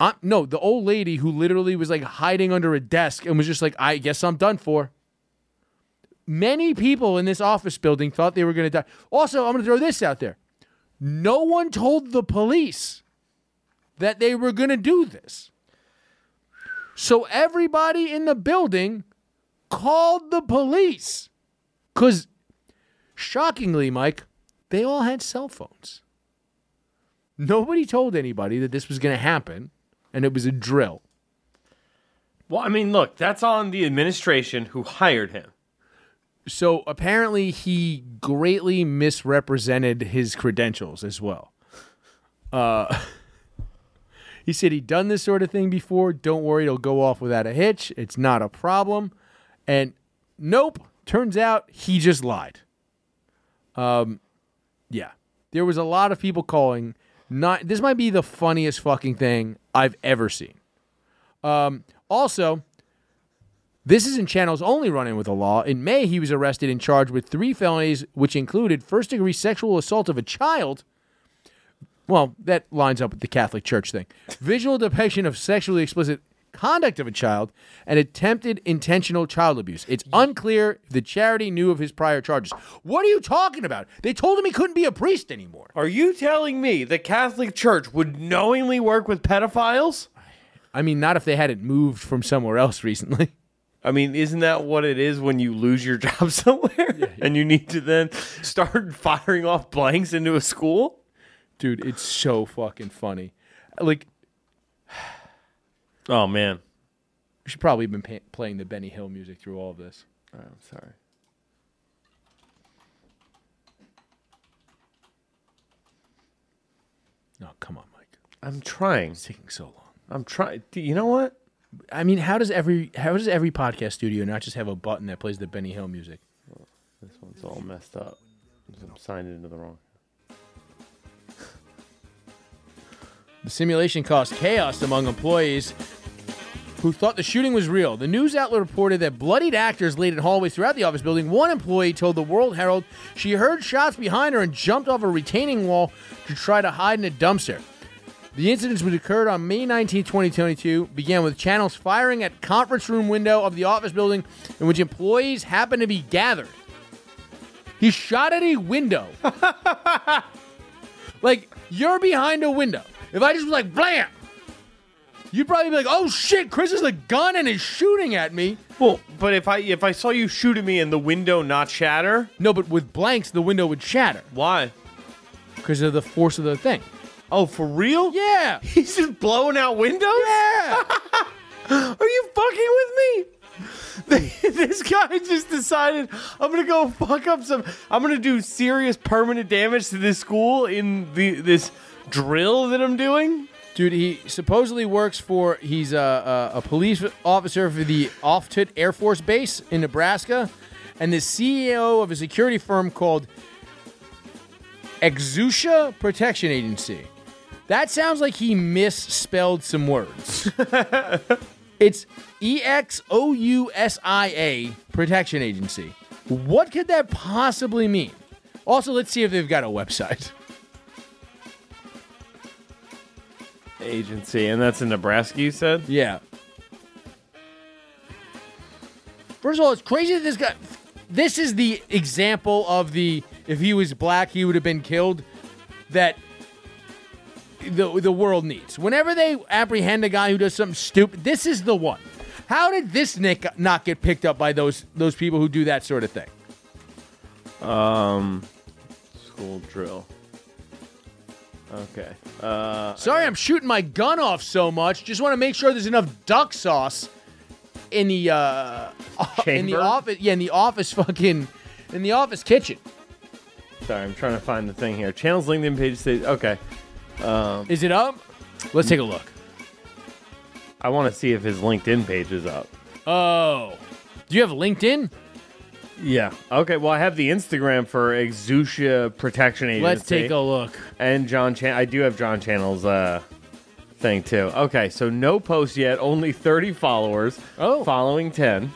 S1: Uh, no, the old lady who literally was like hiding under a desk and was just like, I guess I'm done for. Many people in this office building thought they were going to die. Also, I'm going to throw this out there. No one told the police that they were going to do this. So everybody in the building called the police. Because, shockingly, Mike, they all had cell phones. Nobody told anybody that this was going to happen, and it was a drill.
S2: Well, I mean, look, that's on the administration who hired him.
S1: So apparently, he greatly misrepresented his credentials as well. Uh, he said he'd done this sort of thing before. Don't worry, it'll go off without a hitch. It's not a problem. And nope, turns out he just lied. Um, yeah, there was a lot of people calling. Not this might be the funniest fucking thing I've ever seen. Um, Also, this is in channels only running with the law. In May, he was arrested and charged with three felonies, which included first degree sexual assault of a child. Well, that lines up with the Catholic Church thing. Visual depiction of sexually explicit conduct of a child and attempted intentional child abuse. It's unclear if the charity knew of his prior charges. What are you talking about? They told him he couldn't be a priest anymore.
S2: Are you telling me the Catholic Church would knowingly work with pedophiles?
S1: I mean, not if they hadn't moved from somewhere else recently.
S2: I mean, isn't that what it is when you lose your job somewhere and you need to then start firing off blanks into a school?
S1: Dude, it's so fucking funny. Like,
S2: Oh man,
S1: We should probably have been pa- playing the Benny Hill music through all of this.
S2: I'm sorry.
S1: No, Oh, come on, Mike.
S2: I'm trying.
S1: It's taking so long.
S2: I'm trying. You know what?
S1: I mean, how does every how does every podcast studio not just have a button that plays the Benny Hill music?
S2: This one's all messed up. I'm signed into the wrong.
S1: The simulation caused chaos among employees who thought the shooting was real. The news outlet reported that bloodied actors laid in hallways throughout the office building. One employee told the World Herald she heard shots behind her and jumped off a retaining wall to try to hide in a dumpster. The incidents which occurred on May 19, 2022, began with channels firing at conference room window of the office building in which employees happened to be gathered. He shot at a window. like, you're behind a window. If I just was like, blam, you'd probably be like, oh shit, Chris has a gun and is shooting at me.
S2: Well, but if I if I saw you shoot at me and the window not shatter,
S1: No, but with blanks, the window would shatter
S2: why?
S1: because of the force of the thing.
S2: Oh, for real?
S1: Yeah.
S2: He's just blowing out windows?
S1: Yeah.
S2: Are you fucking with me? this guy just decided I'm gonna go fuck up some. I'm gonna do serious permanent damage to this school in the this drill that I'm doing.
S1: Dude, he supposedly works for he's a, a, a police officer for the Offutt Air Force Base in Nebraska, and the CEO of a security firm called Exusia Protection Agency. That sounds like he misspelled some words. it's E X O U S I A Protection Agency. What could that possibly mean? Also, let's see if they've got a website.
S2: Agency, and that's in Nebraska. You said.
S1: Yeah. First of all, it's crazy that this guy. This is the example of the if he was black, he would have been killed. That the the world needs. Whenever they apprehend a guy who does something stupid, this is the one. How did this Nick not get picked up by those those people who do that sort of thing?
S2: Um, school drill. Okay. Uh,
S1: Sorry, I'm shooting my gun off so much. Just want to make sure there's enough duck sauce in the uh, in the
S2: Chamber?
S1: office. Yeah, in the office fucking in the office kitchen.
S2: sorry, I'm trying to find the thing here. Channels LinkedIn page says okay.
S1: Is it up? Um, Let's take a look.
S2: I want to see if his LinkedIn page is up.
S1: Oh, do you have LinkedIn?
S2: Yeah. Okay. Well, I have the Instagram for Exusia Protection Agency.
S1: Let's take a look.
S2: and John. Chan- I do have John Channel's uh, thing too. Okay, so no post yet. Only thirty followers.
S1: Oh.
S2: following ten.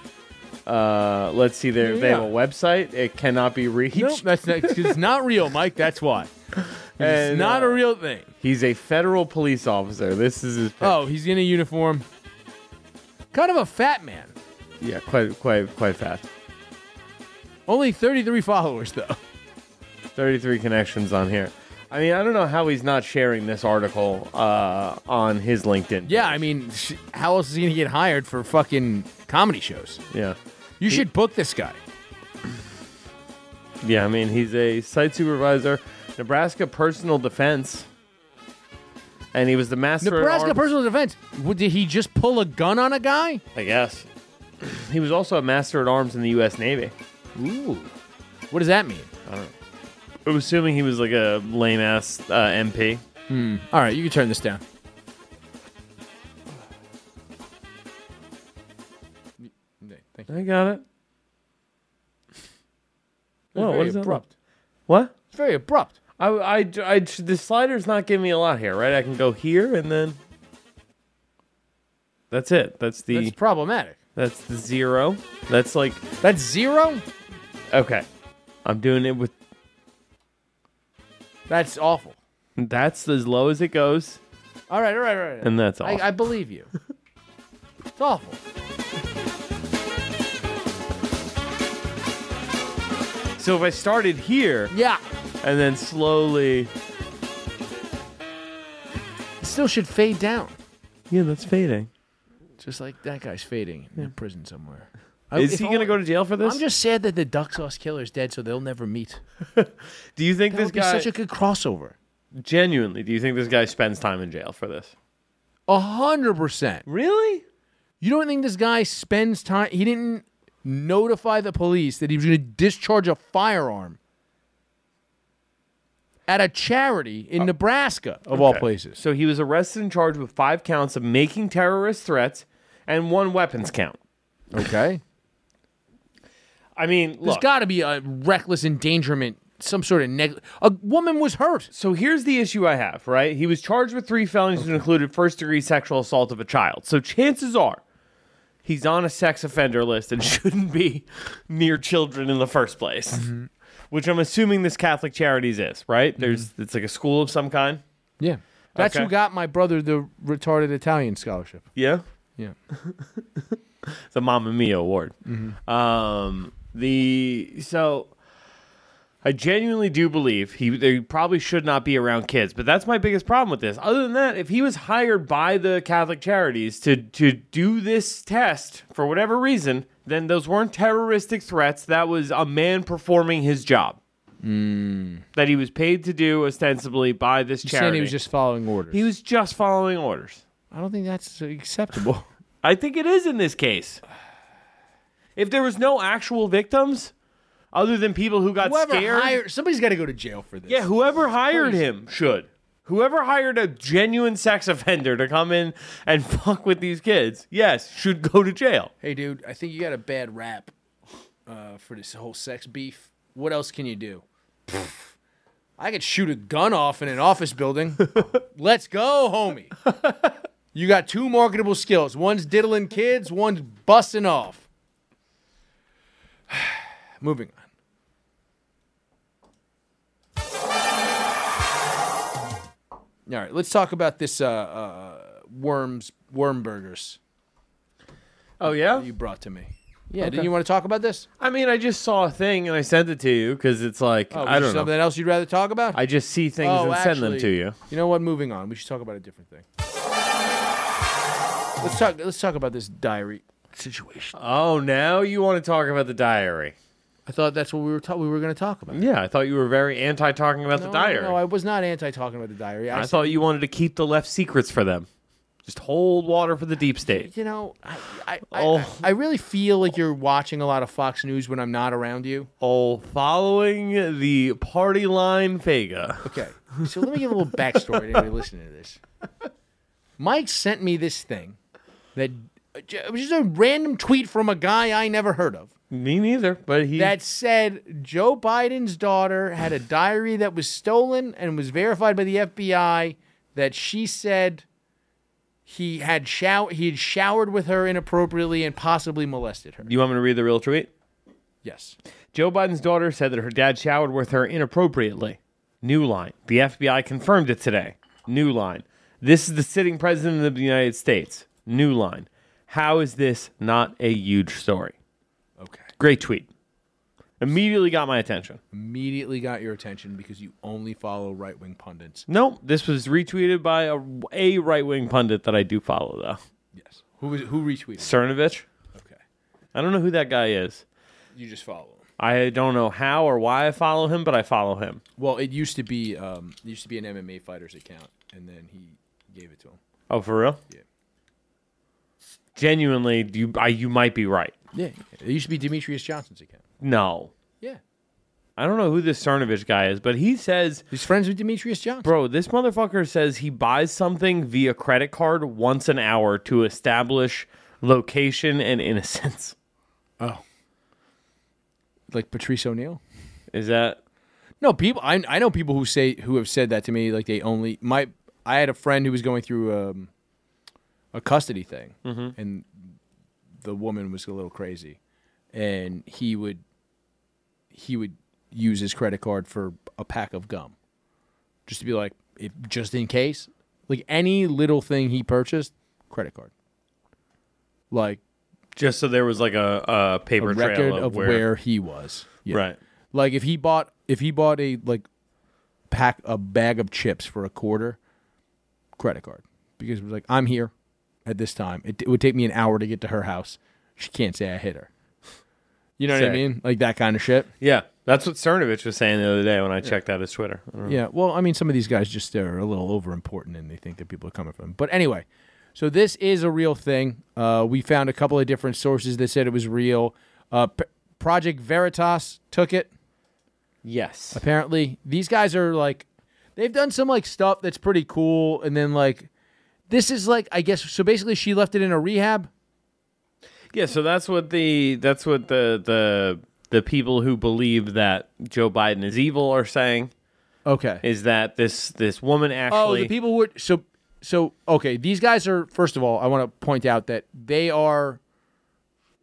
S2: Uh, let's see. There, they have a
S1: Yeah.
S2: website. It cannot be reached.
S1: Nope, that's not, 'cause it's not real, Mike. That's why. It's
S2: And,
S1: not a
S2: uh,
S1: real thing.
S2: He's a federal police officer. This is his.
S1: Oh, he's in a uniform. Kind of a fat man.
S2: yeah, quite, quite, quite fast.
S1: Only 33 followers though.
S2: Thirty-three connections on here. I mean, I don't know how he's not sharing this article uh, on his LinkedIn.
S1: Yeah, I mean, sh- how else is he gonna get hired for fucking comedy shows?
S2: yeah.
S1: You should book this guy.
S2: Yeah, I mean, he's a site supervisor, Nebraska Personal Defense, and he was the master. at
S1: Nebraska
S2: arms-
S1: personal defense. What, did he just pull a gun on a guy?
S2: I guess. He was also a master at arms in the U.S. Navy.
S1: Ooh, what does that mean?
S2: I'm assuming he was like a lame ass uh, MP.
S1: All right, you can turn this down. Thank you.
S2: I got it. Whoa,
S1: very
S2: what is that?
S1: abrupt.
S2: What?
S1: It's very abrupt.
S2: I, I, I, the slider's not giving me a lot here, right? I can go here and then. That's it. That's the
S1: That's problematic.
S2: that's the zero. That's like
S1: That's zero.
S2: okay. I'm doing it with
S1: That's awful.
S2: That's as low as it goes,
S1: All right, all right, all right.
S2: and that's all.
S1: I, I believe you. it's awful.
S2: so if I started here
S1: Yeah.
S2: and then slowly,
S1: It still should fade down,
S2: yeah, that's fading.
S1: just like that guy's fading in prison somewhere.
S2: Is he gonna go to jail for this?
S1: I'm just sad that the duck sauce killer is dead, so they'll never meet.
S2: do you think
S1: That
S2: this
S1: would be
S2: guy
S1: such a good crossover.
S2: genuinely? Do you think this guy spends time in jail for this?
S1: A hundred percent.
S2: Really?
S1: You don't think this guy spends time? He didn't notify the police that he was going to discharge a firearm at a charity
S2: Oh.
S1: in Nebraska, of all places.
S2: So he was arrested and charged with five counts of making terrorist threats and one weapons count.
S1: Okay,
S2: I mean,
S1: there's
S2: look.
S1: got to be a reckless endangerment, some sort of neg. A woman was hurt.
S2: so here's the issue I have, right? He was charged with three felonies, which included first degree sexual assault of a child. So chances are he's on a sex offender list and shouldn't be near children in the first place, which I'm assuming this Catholic Charities is, right? There's It's like a school of some kind.
S1: Yeah, that's
S2: Okay.
S1: who got my brother the retarded Italian scholarship.
S2: Yeah.
S1: Yeah.
S2: the Mamma Mia award.
S1: Mm-hmm.
S2: Um, the so I genuinely do believe he they probably should not be around kids, but that's my biggest problem with this. Other than that, if he was hired by the Catholic Charities to to do this test for whatever reason, then those weren't terroristic threats. That was a man performing his job. That he was paid to do ostensibly by this
S1: Mm. You're saying
S2: charity.
S1: he was just following orders.
S2: he was just following orders.
S1: I don't think that's acceptable.
S2: I think it is in this case. If there was no actual victims, other than people who got
S1: Whoever
S2: scared,
S1: hired somebody's got to go to jail for this.
S2: yeah, whoever hired him should. Whoever hired a genuine sex offender to come in and fuck with these kids, yes, should go to jail.
S1: Hey, dude, I think you got a bad rap uh, for this whole sex beef. What else can you do? Pff, I could shoot a gun off in an office building. Let's go, homie. You got two marketable skills. One's diddling kids. One's busting off. Moving on. All right, let's talk about this uh, uh, worms worm burgers
S2: Oh yeah.
S1: you brought to me. Yeah, didn't you want to talk about this?
S2: I mean, I just saw a thing and I sent it to you because it's like
S1: Oh, was
S2: I
S1: there
S2: don't know.
S1: something else you'd rather talk about?
S2: I just see things
S1: Oh,
S2: and send them to you.
S1: You know what? Moving on. We should talk about a different thing. Let's talk. Let's talk about this diary situation.
S2: Oh, now you want to talk about the diary?
S1: I thought that's what we were ta- we were going to talk about.
S2: Yeah, I thought you were very anti talking about the
S1: No,
S2: diary.
S1: No, I was not anti talking about the diary. I,
S2: I
S1: said,
S2: thought you wanted to keep the left secrets for them. Just hold water for the deep state.
S1: you know, I I, I,
S2: Oh.
S1: I really feel like you're watching a lot of Fox News when I'm not around you.
S2: Oh, following the party line Vega.
S1: Okay. So let me give a little backstory to anybody listening to this. Mike sent me this thing that it was just a random tweet from a guy I never heard of
S2: Me neither, but he
S1: that said Joe Biden's daughter had a diary that was stolen and was verified by the FBI that she said he had show- he had showered with her inappropriately and possibly molested her.
S2: You want me to read the real tweet?
S1: Yes.
S2: Joe Biden's daughter said that her dad showered with her inappropriately. New line. The FBI confirmed it today. New line. This is the sitting president of the United States. New line. How is this not a huge story?
S1: Okay.
S2: Great tweet. Immediately got my attention.
S1: Immediately got your attention because you only follow right wing pundits.
S2: Nope, this was retweeted by a, a right wing pundit that I do follow, though.
S1: Yes. Who was who retweeted?
S2: Cernovich.
S1: Okay.
S2: I don't know who that guy is.
S1: You just follow him.
S2: I don't know how or why I follow him, but I follow him.
S1: Well, it used to be um, it used to be an MMA fighter's account, and then he gave it to him.
S2: Oh, for real?
S1: Yeah.
S2: Genuinely, you I, you might be right.
S1: Yeah, it used to be Demetrius Johnson's account.
S2: No,
S1: Yeah,
S2: I don't know who this Cernovich guy is, but he says,
S1: he's friends with Demetrius Johnson.
S2: bro, this motherfucker says he buys something via credit card once an hour to establish location and innocence.
S1: Oh, like Patrice O'Neill.
S2: Is that
S1: No, people. I I know people who say who have said that to me. Like they only my. I had a friend who was going through um, a custody thing, and the woman was a little crazy, and he would he would use his credit card for a pack of gum, just to be like, if just in case, like any little thing he purchased, credit card. Like
S2: just so there was like a, a
S1: a
S2: paper
S1: record
S2: trail
S1: of where, he was. Yeah.
S2: Right.
S1: Like if he bought if he bought a like pack a bag of chips for a quarter, credit card because it was like I'm here at this time. It, it would take me an hour to get to her house. She can't say I hit her. You know what I
S2: Sick.
S1: mean? Like that kind of shit.
S2: Yeah, that's what Cernovich was saying the other day when I checked out his Twitter. I don't know.
S1: Yeah. Well, I mean, some of these guys just are a little over important and they think that people are coming from. But anyway, so this is a real thing. Uh, we found a couple of different sources that said it was real. Uh, P- Project Veritas took it.
S2: Yes.
S1: apparently these guys are like they've done some like stuff that's pretty cool and then like this is like i guess so basically she left it in a rehab
S2: Yeah, so that's what the that's what the the the people who believe that Joe Biden is evil are saying
S1: okay
S2: is that this this woman
S1: oh
S2: actually
S1: the people who are so so okay these guys are first of all i want to point out that they are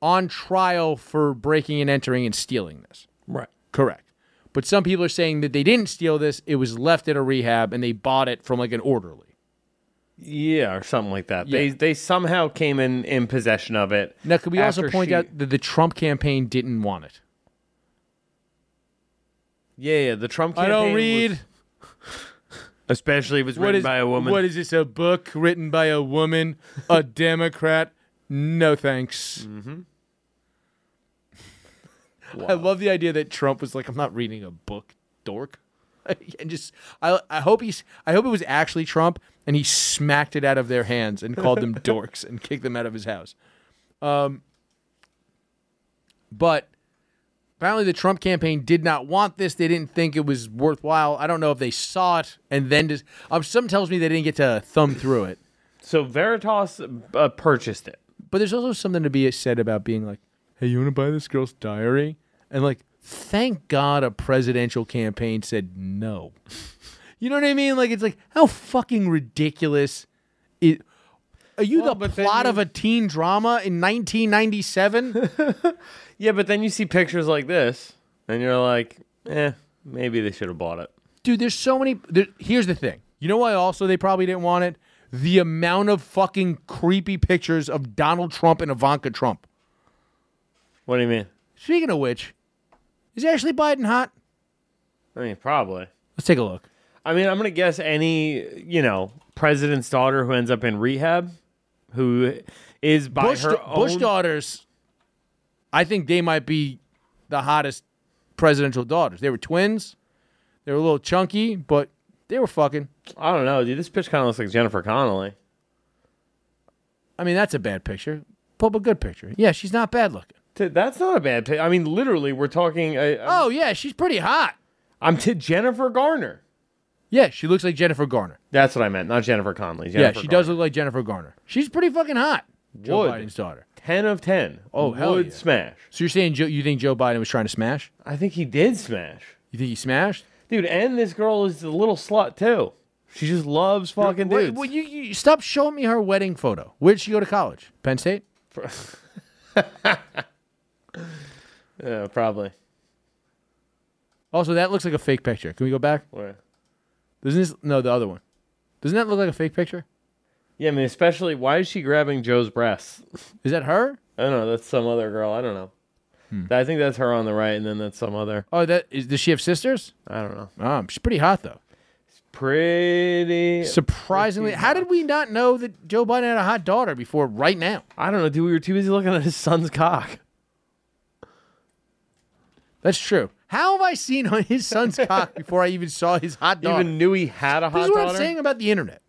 S1: on trial for breaking and entering and stealing this
S2: right.
S1: correct but some people are saying that they didn't steal this it was left at a rehab and they bought it from like an orderly
S2: Yeah, or something like that. They
S1: Yeah.
S2: they somehow came in in possession of it.
S1: now could we also
S2: after
S1: point
S2: she-
S1: out that the trump campaign didn't want it
S2: Yeah, yeah, the Trump
S1: i
S2: campaign
S1: don't
S2: was-
S1: read
S2: especially if it's
S1: What
S2: written
S1: is
S2: by a woman.
S1: What is this? A book written by a woman, a Democrat? No thanks.
S2: Mm-hmm.
S1: I love the idea that Trump was like, "I'm not reading a book, dork," and just I I hope he's I hope it was actually Trump and he smacked it out of their hands and called them dorks and kicked them out of his house. Um, but apparently the Trump campaign did not want this. They didn't think it was worthwhile. I don't know if they saw it and then just. Um, some tells me they didn't get to thumb through it.
S2: so Veritas uh, purchased it.
S1: But there's also something to be said about being like, "Hey, you want to buy this girl's diary?" And like, thank God a presidential campaign said no. You know what I mean? Like, it's like how fucking ridiculous it. Are you
S2: Well,
S1: the
S2: but then
S1: plot
S2: you-
S1: of a teen drama in 1997?
S2: Yeah, but then you see pictures like this and you're like, "Eh, maybe they should have bought it."
S1: dude there's so many there, here's the thing you know why also they probably didn't want it the amount of fucking creepy pictures of donald trump and ivanka trump
S2: What do you mean?
S1: speaking of which is ashley biden hot
S2: I mean, probably.
S1: let's take a look
S2: I mean, I'm gonna guess any you know president's daughter who ends up in rehab, who is by
S1: bush,
S2: her
S1: bush
S2: own.
S1: daughters i think they might be the hottest presidential daughters. They were twins. They were a little chunky, but they were fucking.
S2: I don't know, dude. This bitch kind of looks like Jennifer Connelly.
S1: I mean, that's a bad picture. Pull up a good picture. Yeah, she's not bad looking.
S2: Dude, that's not a bad pic. I mean, literally, we're talking. Uh, uh,
S1: Oh yeah, she's pretty hot.
S2: I'm t- Jennifer Garner.
S1: Yeah, she looks like Jennifer Garner.
S2: That's what I meant, not Jennifer Connelly. Jennifer
S1: yeah, she
S2: Garner.
S1: does look like Jennifer Garner. She's pretty fucking hot. Joe
S2: Would.
S1: Biden's daughter.
S2: Ten of ten.
S1: Oh, hell
S2: Would
S1: yeah.
S2: smash.
S1: So you're saying Joe, you think Joe Biden was trying to smash?
S2: I think he did smash,
S1: You think he smashed?
S2: dude. And this girl is a little slut too. She just loves fucking
S1: Wait,
S2: dudes.
S1: Well, you, you stop showing me her wedding photo. Where did she go to college? Penn State.
S2: Yeah, probably.
S1: Also, that looks like a fake picture. Can we go back?
S2: Where?
S1: Doesn't this? No, the other one. Doesn't that look like a fake picture?
S2: Yeah, I mean, especially why is she grabbing Joe's breasts?
S1: Is that her?
S2: I don't know. That's some other girl. I don't know. I think that's her on the right, and then that's some other.
S1: Oh, that is. Does she have sisters?
S2: I don't know.
S1: Um, she's pretty hot though.
S2: Pretty.
S1: Surprisingly, how did we not know that Joe Biden had a hot daughter before right now?
S2: I don't know, dude. We were too busy looking at his son's cock.
S1: That's true. How have I seen on his son's cock before I even saw his hot daughter?
S2: Even knew he had a hot
S1: this is what
S2: daughter.
S1: I'm saying about the internet.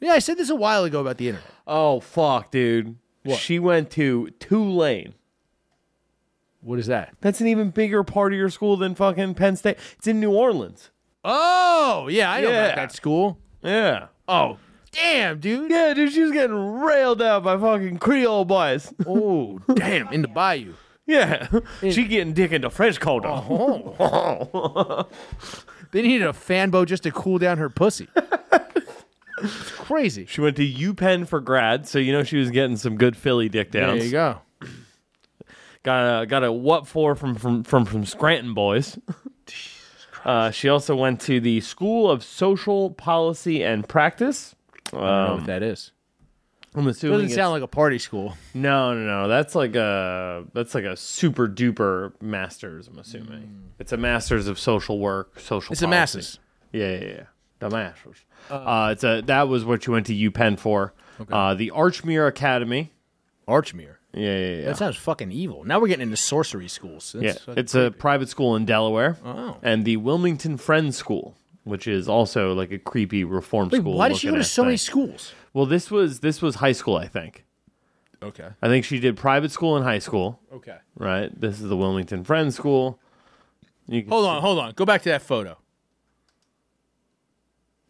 S1: Yeah, I said this a while ago about the internet.
S2: Oh fuck, dude. She went to Tulane.
S1: What is that?
S2: That's an even bigger part of your school than fucking Penn State. It's in New Orleans.
S1: Oh, yeah, I know
S2: Yeah.
S1: about that school.
S2: Yeah.
S1: Oh, damn, dude.
S2: Yeah, dude, she was getting railed out by fucking Creole boys.
S1: Oh, damn, in the bayou.
S2: Yeah. she getting dick into French culture.
S1: Oh, they needed a fanbo just to cool down her pussy. It's crazy.
S2: She went to UPenn for grad, so you know she was getting some good Philly dick
S1: There
S2: downs.
S1: you go.
S2: Got a got a what for from from from, from Scranton boys. Uh, she also went to the School of Social Policy and Practice.
S1: I don't know what that is.
S2: I'm assuming
S1: Doesn't
S2: Um, it's-
S1: sound like a party school.
S2: No, no, no. That's like a that's like a super duper masters. I'm assuming it's a masters of social work, social.
S1: Mm. It's a
S2: policy.
S1: masses.
S2: Yeah, yeah, yeah. The masters. Uh, it's a that was what you went to UPenn for. Uh, the Archmere Academy.
S1: Archmere.
S2: Yeah, yeah, yeah.
S1: That sounds fucking evil. Now we're getting into sorcery schools. That's
S2: yeah.
S1: fucking-
S2: It's a private school in Delaware.
S1: Oh.
S2: And the Wilmington Friends School, which is also like a creepy reform
S1: Wait,
S2: school.
S1: why did she go
S2: looking
S1: to
S2: at
S1: so many
S2: thing.
S1: schools?
S2: Well, this was this was high school, I think.
S1: Okay.
S2: I think she did private school and high school.
S1: Okay.
S2: right? This is the Wilmington Friends School. You can
S1: Hold on, hold on. Go back to that photo.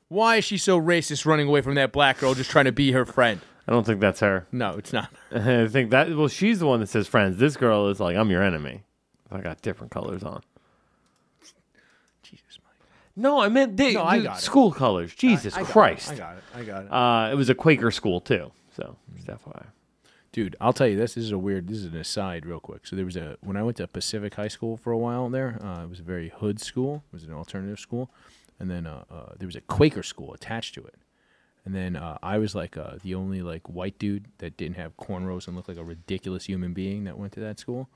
S1: Why is she so racist running away from that black girl just trying to be her friend?
S2: I don't think that's her.
S1: No, it's not.
S2: I think that well, she's the one that says friends. This girl is like, I'm your enemy. I got different colors on.
S1: Jesus, Mike.
S2: No, I meant they,
S1: No, I
S2: dude,
S1: got it.
S2: school colors. Jesus Christ.
S1: I got it. I got it.
S2: Uh, it was a Quaker school too. So just
S1: Hmm.
S2: FYI.
S1: Dude, I'll tell you this. This is a weird. This is an aside, real quick. So there was a when I went to Pacific High School for a while there. Uh, it was a very hood school. It was an alternative school, and then uh, uh, there was a Quaker school attached to it. And then uh, I was like uh, the only like white dude that didn't have cornrows and looked like a ridiculous human being that went to that school.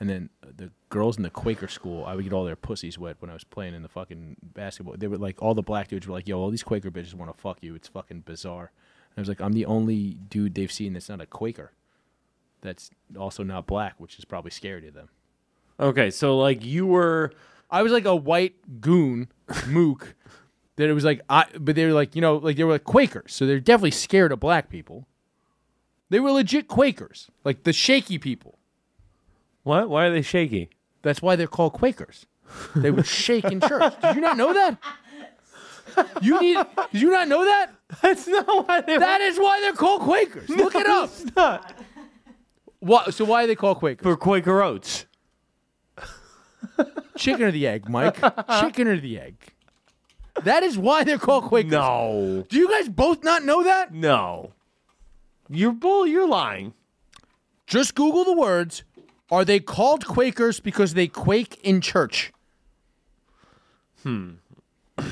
S1: And then uh, the girls in the Quaker school, I would get all their pussies wet when I was playing in the fucking basketball. They were like, all the black dudes were like, "Yo, all these Quaker bitches want to fuck you. It's fucking bizarre." And I was like, "I'm the only dude they've seen that's not a Quaker, that's also not black, which is probably scary to them."
S2: Okay, so like you were
S1: I was like a white goon mook that it was like I but they were like, you know, like they were like Quakers, so they're definitely scared of black people. They were legit Quakers, like the shaky people.
S2: what? Why are they shaky?
S1: That's why they're called Quakers. They would shake in church. Did you not know that? You need did you not know that?
S2: That's not why they
S1: That is why they're called Quakers. Look it up.
S2: It's not
S1: What so why are they called Quakers?
S2: for Quaker oats.
S1: Chicken or the egg, Mike? Chicken or the egg. That is why they're called Quakers.
S2: No,
S1: Do you guys both not know that?
S2: no, you're bull. You're lying.
S1: Just Google the words. Are they called Quakers because they quake in church? Hmm.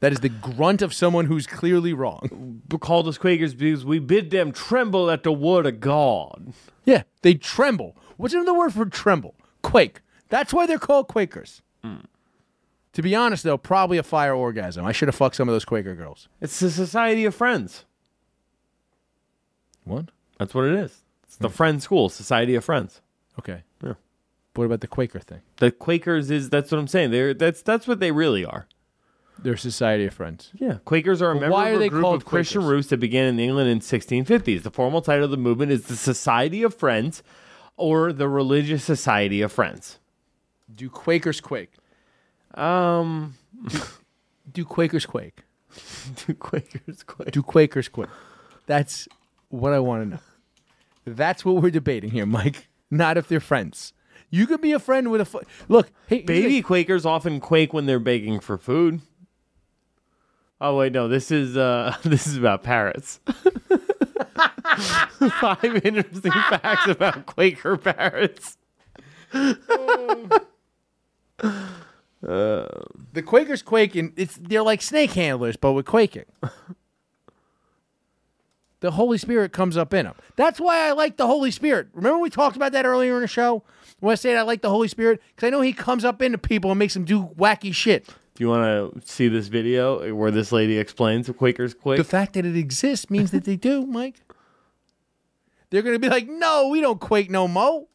S1: That is the grunt of someone who's clearly wrong.
S2: called us Quakers because we bid them tremble at the word of God.
S1: Yeah, they tremble. What's another word for tremble? Quake. That's why they're called Quakers. To be honest, though, probably a fire orgasm. I should have fucked some of those Quaker girls.
S2: It's the Society of Friends.
S1: What?
S2: That's what it is. It's the Friend School, Society of Friends.
S1: Okay.
S2: Yeah.
S1: What about the Quaker thing?
S2: The Quakers is that's what I'm saying. They're that's that's what they really are.
S1: Their Society of Friends.
S2: Yeah, Quakers are a member
S1: why are
S2: of a
S1: they
S2: group
S1: called
S2: of Christian
S1: Quakers?
S2: roots that began in England in 1650s. The formal title of the movement is the Society of Friends, or the Religious Society of Friends.
S1: Do Quakers quake?
S2: Um,
S1: Do Quakers quake?
S2: do Quakers quake?
S1: Do Quakers quake? That's what I want to know. That's what we're debating here, Mike. Not if they're friends. You could be a friend with a fu- look. Hey,
S2: Baby Quakers often quake when they're begging for food. Oh wait, no, this is uh this is about parrots. Five interesting facts about Quaker parrots.
S1: the Quakers quake, and it's they're like snake handlers, but with quaking. the Holy Spirit comes up in them. That's why I like the Holy Spirit. Remember we talked about that earlier in the show when I said I like the Holy Spirit because I know He comes up into people and makes them do wacky shit.
S2: Do you want to see this video where this lady explains the Quakers quake?
S1: The fact that it exists means that they do, Mike. They're gonna be like, no, we don't quake no mo.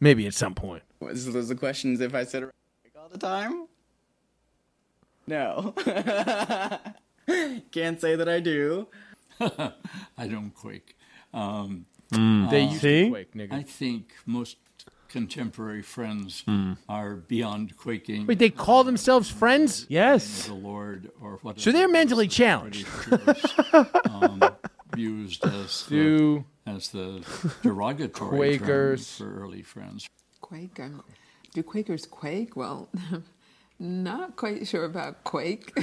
S1: Maybe at some point.
S5: Was those the questions if I sit around all the time? No. Can't say that I do.
S6: I don't quake. Um,
S1: They used
S2: See?
S1: to quake, nigga.
S6: I think most contemporary friends are beyond quaking.
S1: Hmm. Wait, they call themselves friends?
S2: yes.
S6: the Lord or whatever.
S1: So they're mentally
S6: British
S1: challenged.
S6: Jews, um, used as the,
S1: Do
S6: as the derogatory
S1: Quakers.
S6: term for early friends.
S7: Quake. I don't, do Quakers quake? Well, not quite sure about quake.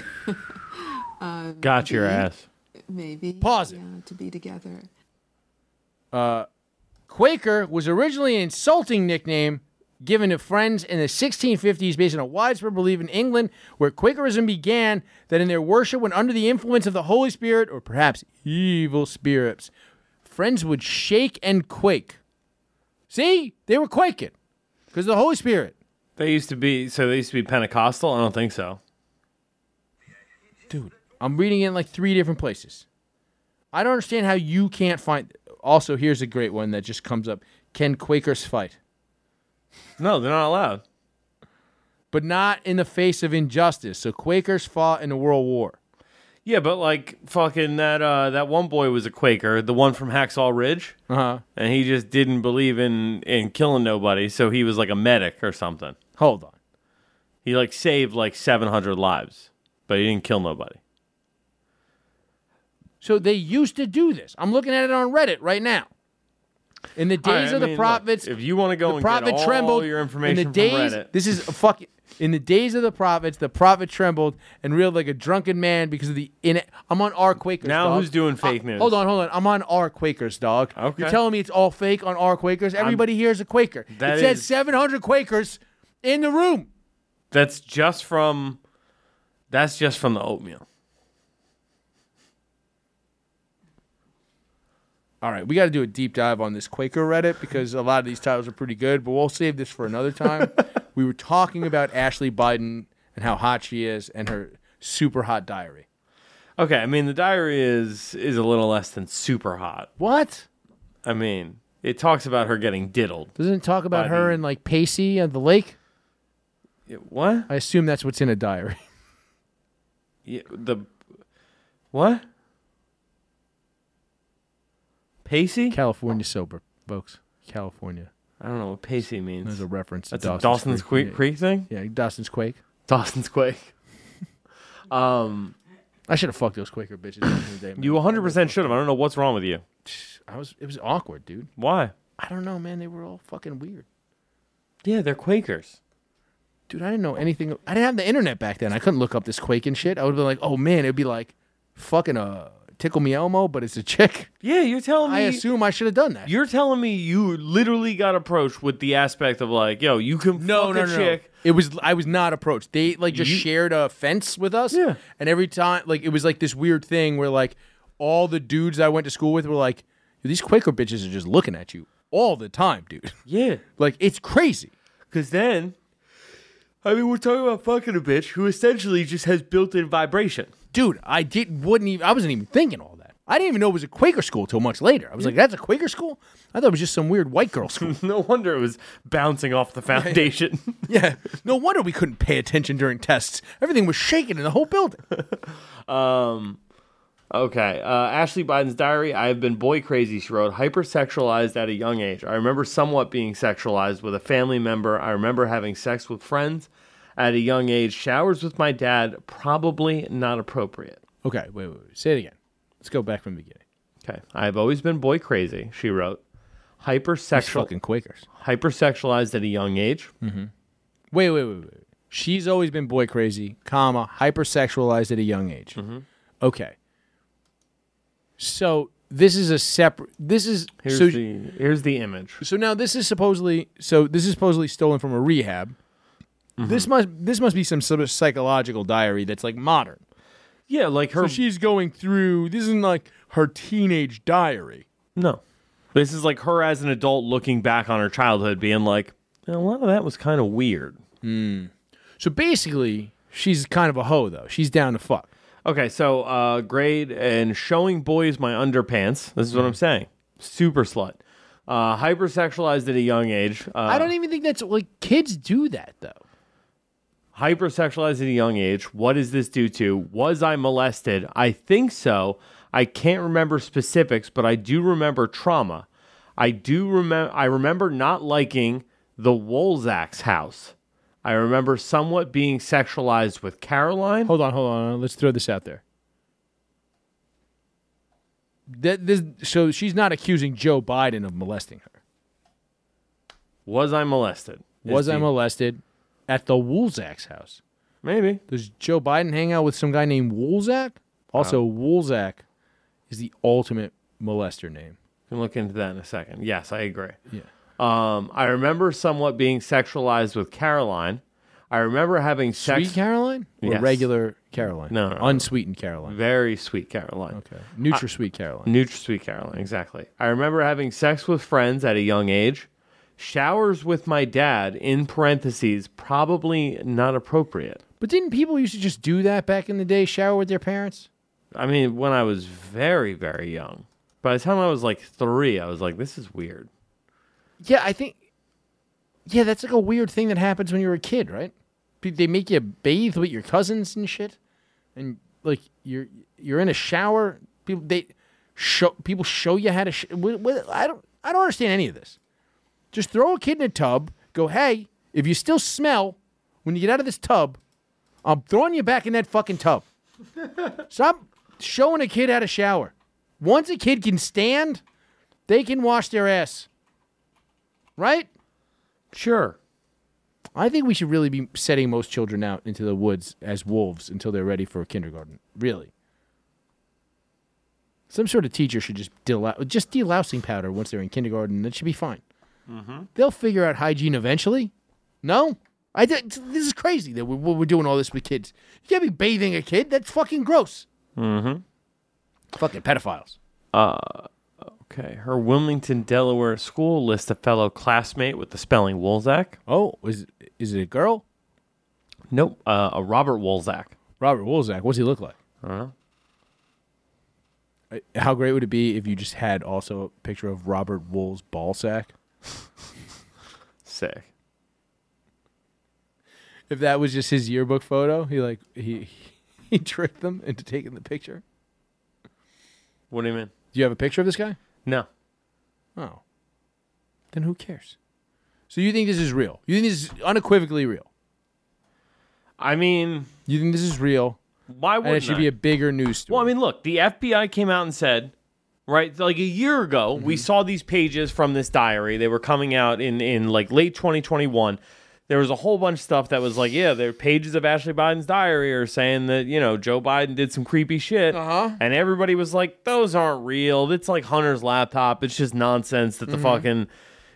S2: Got your ass.
S7: Maybe.
S1: Pause it.
S7: Yeah, to be together.
S1: Quaker was originally an insulting nickname given to friends in the 1650s based on a widespread belief in England where Quakerism began that in their worship when under the influence of the Holy Spirit or perhaps evil spirits, friends would shake and quake. See? They were quaking because of the Holy Spirit.
S2: They used to be so they used to be Pentecostal. I don't think so.
S1: Dude, I'm reading it in like three different places. I don't understand how you can't find. Also, here's a great one that just comes up Can Quakers fight?
S2: No, they're not allowed.
S1: but not in the face of injustice. So Quakers fought in the World War.
S2: Yeah, but like fucking that uh that one boy was a Quaker, the one from Hacksaw Ridge,
S1: Uh huh.
S2: and he just didn't believe in in killing nobody, so he was like a medic or something.
S1: Hold on.
S2: He like saved like 700 lives, but he didn't kill nobody.
S1: So they used to do this. I'm looking at it on Reddit right now. In the
S2: All right,
S1: days
S2: I
S1: of the
S2: mean, look,
S1: prophets,
S2: if you want to go
S1: the
S2: and
S1: prophet
S2: get all
S1: trembled.
S2: your information
S1: in the
S2: from
S1: days,
S2: Reddit.
S1: this is a fucking. In the days of the prophets, the prophet trembled and reeled like a drunken man because of the in. I'm on our Quakers.
S2: Now
S1: dog.
S2: who's doing fake
S1: Uh,
S2: news?
S1: Hold on, hold on. I'm on our Quakers, dog.
S2: Okay.
S1: You're telling me it's all fake on our Quakers. Everybody here is a Quaker.
S2: That
S1: it says
S2: is-
S1: 700 Quakers in the room.
S2: That's just from that's just from the oatmeal.
S1: All right, we got to do a deep dive on this Quaker Reddit because a lot of these titles are pretty good, but we'll save this for another time. we were talking about Ashley Biden and how hot she is and her super hot diary.
S2: Okay, I mean the diary is is a little less than super hot.
S1: What?
S2: I mean, it talks about her getting diddled.
S1: Doesn't it talk about
S2: Biden.
S1: her and like Pacey at the lake?
S2: It- What?
S1: I assume that's what's in a diary.
S2: Yeah, the what? Pacey?
S1: California sober, folks. California.
S2: I don't know what Pacey
S1: There's
S2: means.
S1: a reference
S2: That's
S1: to
S2: a
S1: Dawson's,
S2: Dawson's Creek,
S1: Yeah,
S2: Creek thing.
S1: Yeah, Dawson's Quake.
S2: Dawson's Quake. um,
S1: I should have fucked those Quaker bitches back in the day. man.
S2: you 100 percent should have. I don't know what's wrong with you.
S1: I was. It was awkward, dude.
S2: Why?
S1: I don't know, man. They were all fucking weird.
S2: Yeah, they're Quakers.
S1: dude, I didn't know anything. I didn't have the internet back then. I couldn't look up this Quake and shit. I would have been like, oh man, it'd be like fucking a tickle me Elmo, but it's a chick.
S2: Yeah, you're telling me.
S1: I assume I should have done that.
S2: You're telling me you literally got approached with the aspect of like, yo, you can fuck a chick.
S1: It was I was not approached. They like just shared a fence with us.
S2: Yeah.
S1: And every time like it was like this weird thing where like all the dudes I went to school with were like, these Quaker bitches are just looking at you all the time, dude.
S2: Yeah,
S1: like it's crazy.
S2: because then, I mean, we're talking about fucking a bitch who essentially just has built-in vibration.
S1: Dude, I did wouldn't even I wasn't even thinking all that. I didn't even know it was a Quaker school till much later. I was like, that's a Quaker school? I thought it was just some weird white girl school.
S2: No wonder it was bouncing off the foundation.
S1: yeah. No wonder we couldn't pay attention during tests. Everything was shaking in the whole building.
S2: Okay. Uh, Ashley Biden's diary. I have been boy crazy, she wrote. Hypersexualized at a young age. I remember somewhat being sexualized with a family member. I remember having sex with friends at a young age. Showers with my dad, probably not appropriate.
S1: Okay, wait, wait, wait. Say it again. Let's go back from the beginning.
S2: Okay. I've always been boy crazy, she wrote. Hypersexual,
S1: Fucking Quakers.
S2: hypersexualized at a young age.
S1: Wait, wait, wait, wait. wait. She's always been boy crazy, comma, hypersexualized at a young age.
S2: Mm-hmm.
S1: Okay. So this is a separate. This is
S2: Here's
S1: so.
S2: the here's the image.
S1: so now this is supposedly. So this is supposedly stolen from a rehab. This must. This must be some sort of psychological diary that's like modern.
S2: Yeah, like her.
S1: So she's going through. This isn't like her teenage diary.
S2: no, this is like her as an adult looking back on her childhood, being like, "Man, a lot of that was kind of weird.
S1: So basically, she's kind of a hoe though. She's down to fuck.
S2: Okay, so uh, grade and showing boys my underpants. This is what I'm saying. Super slut. Uh, hypersexualized at a young age. Uh,
S1: I don't even think that's like kids do that though.
S2: hypersexualized at a young age. What does this do to? Was I molested? I think so. I can't remember specifics, but I do remember trauma. I do remember. I remember not liking the Wolzak's house. I remember somewhat being sexualized with Caroline.
S1: Hold on, hold on. Let's throw this out there. That this so she's not accusing Joe Biden of molesting her.
S2: Was I molested? Is
S1: Was I
S2: the-
S1: molested at the Woolzak's house?
S2: maybe?
S1: Does Joe Biden hang out with some guy named Woolzak? Also, Woolzak is the ultimate molester name.
S2: We can look into that in a second. Yes, I agree.
S1: Yeah.
S2: Um, I remember somewhat being sexualized with Caroline. I remember having sex.
S1: Sweet Caroline or
S2: Yes.
S1: regular Caroline?
S2: No, Mm-hmm. no, no, no.
S1: unsweetened Caroline.
S2: Very sweet Caroline.
S1: Okay, NutraSweet Caroline.
S2: Nutri Sweet Caroline, exactly. I remember having sex with friends at a young age. Showers with my dad, in parentheses, probably not appropriate.
S1: But didn't people used to just do that back in the day? Shower with their parents?
S2: I mean, when I was very, very young. By the time I was like three, I was like, this is weird.
S1: Yeah, I think. Yeah, that's like a weird thing that happens when you're a kid, right? Pe- They make you bathe with your cousins and shit, and like you're you're in a shower. People they show people show you how to. Sh- wh- wh- I don't I don't understand any of this. Just throw a kid in a tub. Go hey, if you still smell when you get out of this tub, I'm throwing you back in that fucking tub. Stop showing a kid how to shower. Once a kid can stand, they can wash their ass, right?
S2: Sure.
S1: I think we should really be setting most children out into the woods as wolves until they're ready for kindergarten. Really. Some sort of teacher should just delou- just delousing powder once they're in kindergarten. That should be fine. They'll figure out hygiene eventually. No, I thi- this is crazy that we're, we're doing all this with kids. You can't be bathing a kid. That's fucking gross. Mm-hmm. Fucking pedophiles.
S2: Okay. Her Wilmington, Delaware school lists a fellow classmate with the spelling Wolzak.
S1: Oh, is is it a girl?
S2: Nope. Uh, a Robert Wolzak.
S1: Robert Woolzak. What's he look like?
S2: I don't know.
S1: Uh, How great would it be if you just had also a picture of Robert Wool's ball sack?
S2: Sick.
S1: If that was just his yearbook photo, he like he he tricked them into taking the picture.
S2: What do you mean?
S1: Do you have a picture of this guy?
S2: No.
S1: Oh, then who cares? So you think this is real? You think this is unequivocally real?
S2: I mean,
S1: You think this is real?
S2: why
S1: And
S2: wouldn't
S1: it should
S2: I?
S1: be a bigger news story.
S2: Well, I mean, look, the FBI came out and said, right, like a year ago, we saw these pages from this diary. They were coming out in in like late 2021. There was a whole bunch of stuff that was like, yeah, there are pages of Ashley Biden's diary are saying that, you know, Joe Biden did some creepy shit. Uh-huh. And everybody was like, those aren't real. It's like Hunter's laptop. It's just nonsense that the fucking,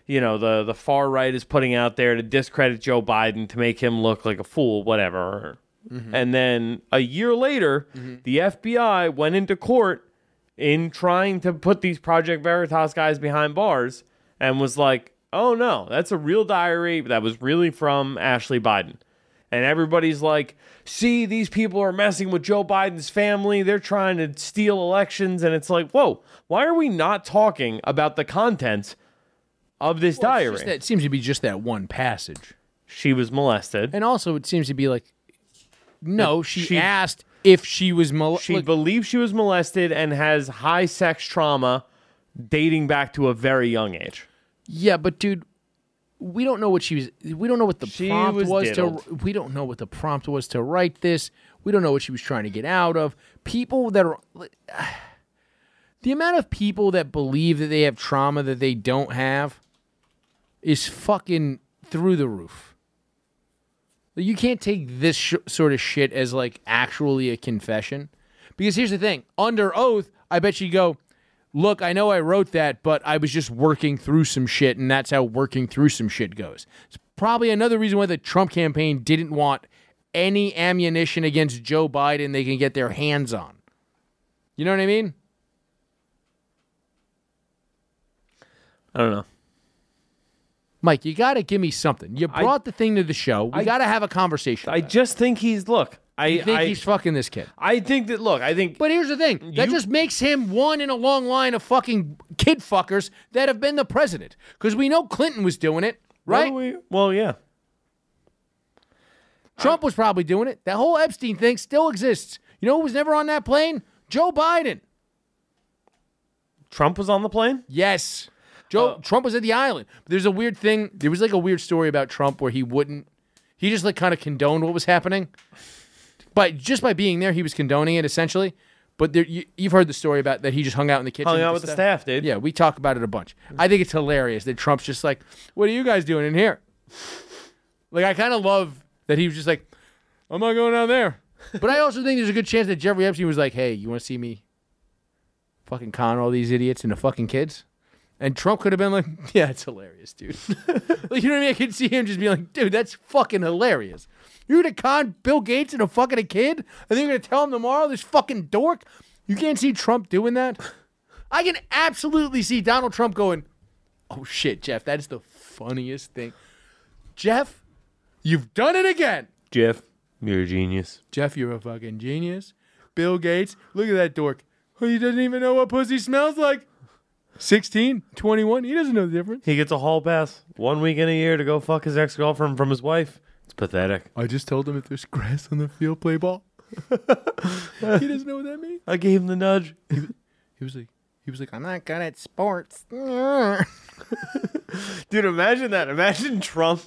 S2: you know, the, the far right is putting out there to discredit Joe Biden to make him look like a fool, whatever. And then a year later, the FBI went into court in trying to put these Project Veritas guys behind bars and was like, oh no, that's a real diary that was really from Ashley Biden. and everybody's like, see, these people are messing with Joe Biden's family. They're trying to steal elections. And it's like, whoa, why are we not talking about the contents of this
S1: It's
S2: diary?
S1: just that- it seems to be just that one passage.
S2: she was molested.
S1: And also, it seems to be like, no, she,
S2: she-
S1: asked if she was mol-
S2: She
S1: look,
S2: believes she was molested and has high sex trauma dating back to a very young age.
S1: yeah, but dude, we don't know what she was. We don't know what the
S2: She
S1: prompt
S2: was
S1: was, to.
S2: diddled.
S1: We don't know what the prompt was to write this. We don't know what she was trying to get out of. People that are. The amount of people that believe that they have trauma that they don't have is fucking through the roof. Like, You can't take this sh- sort of shit as like actually a confession. Because here's the thing under oath, I bet you go, Look, I know I wrote that, but I was just working through some shit, and that's how working through some shit goes. It's probably another reason why the Trump campaign didn't want any ammunition against Joe Biden they can get their hands on. You know what I mean?
S2: I don't know.
S1: Mike, you got to give me something. You brought the thing to the show. We got to have a conversation.
S2: I just think he's look. I
S1: think
S2: I,
S1: he's fucking this kid.
S2: I think that look. I think
S1: But here's the thing that
S2: You-
S1: just makes him one in a long line of fucking kid fuckers that have been the president. Because we know Clinton was doing it, right?
S2: Well, we- well, yeah.
S1: Trump was probably doing it. That whole Epstein thing still exists. You know who was never on that plane? Joe Biden.
S2: Trump was on the plane.
S1: Yes. Joe
S2: Uh,
S1: Trump was at the island. But there's a weird thing. There was like a weird story about Trump where he wouldn't he just like kind of condoned what was happening. But just by being there, he was condoning it essentially. But there, you, you've heard the story about that he just hung out in the kitchen.
S2: Hung out with the staff, dude.
S1: Yeah, we talk about it a bunch. I think it's hilarious that Trump's just like, "What are you guys doing in here?" Like, I kind of love that he was just like, "I'm not going down there." But I also think there's a good chance that Jeffrey Epstein was like, "Hey, you want to see me fucking con all these idiots and the fucking kids?" And Trump could have been like, "Yeah, it's hilarious, dude." like, you know what I mean? I could see him just being like, "Dude, that's fucking hilarious." You're gonna con Bill Gates and a fucking a kid, and then you're gonna tell him tomorrow this fucking dork. You can't see Trump doing that. I can absolutely see Donald Trump going, "Oh shit, Jeff, that is the funniest thing." Jeff, you've done it again.
S2: Jeff, you're a genius.
S1: Jeff, you're a fucking genius. Bill Gates, look at that dork. Oh, He doesn't even know what pussy smells like. 16, 21, he doesn't know the difference.
S2: He gets a hall pass one week in a year to go fuck his ex girlfriend from his wife. It's pathetic.
S1: I just told him if there's grass on the field, play ball. he doesn't know what that means.
S2: I gave him the nudge.
S1: He was like, he was like, I'm not good at sports. I
S2: Dude, imagine that. Imagine Trump.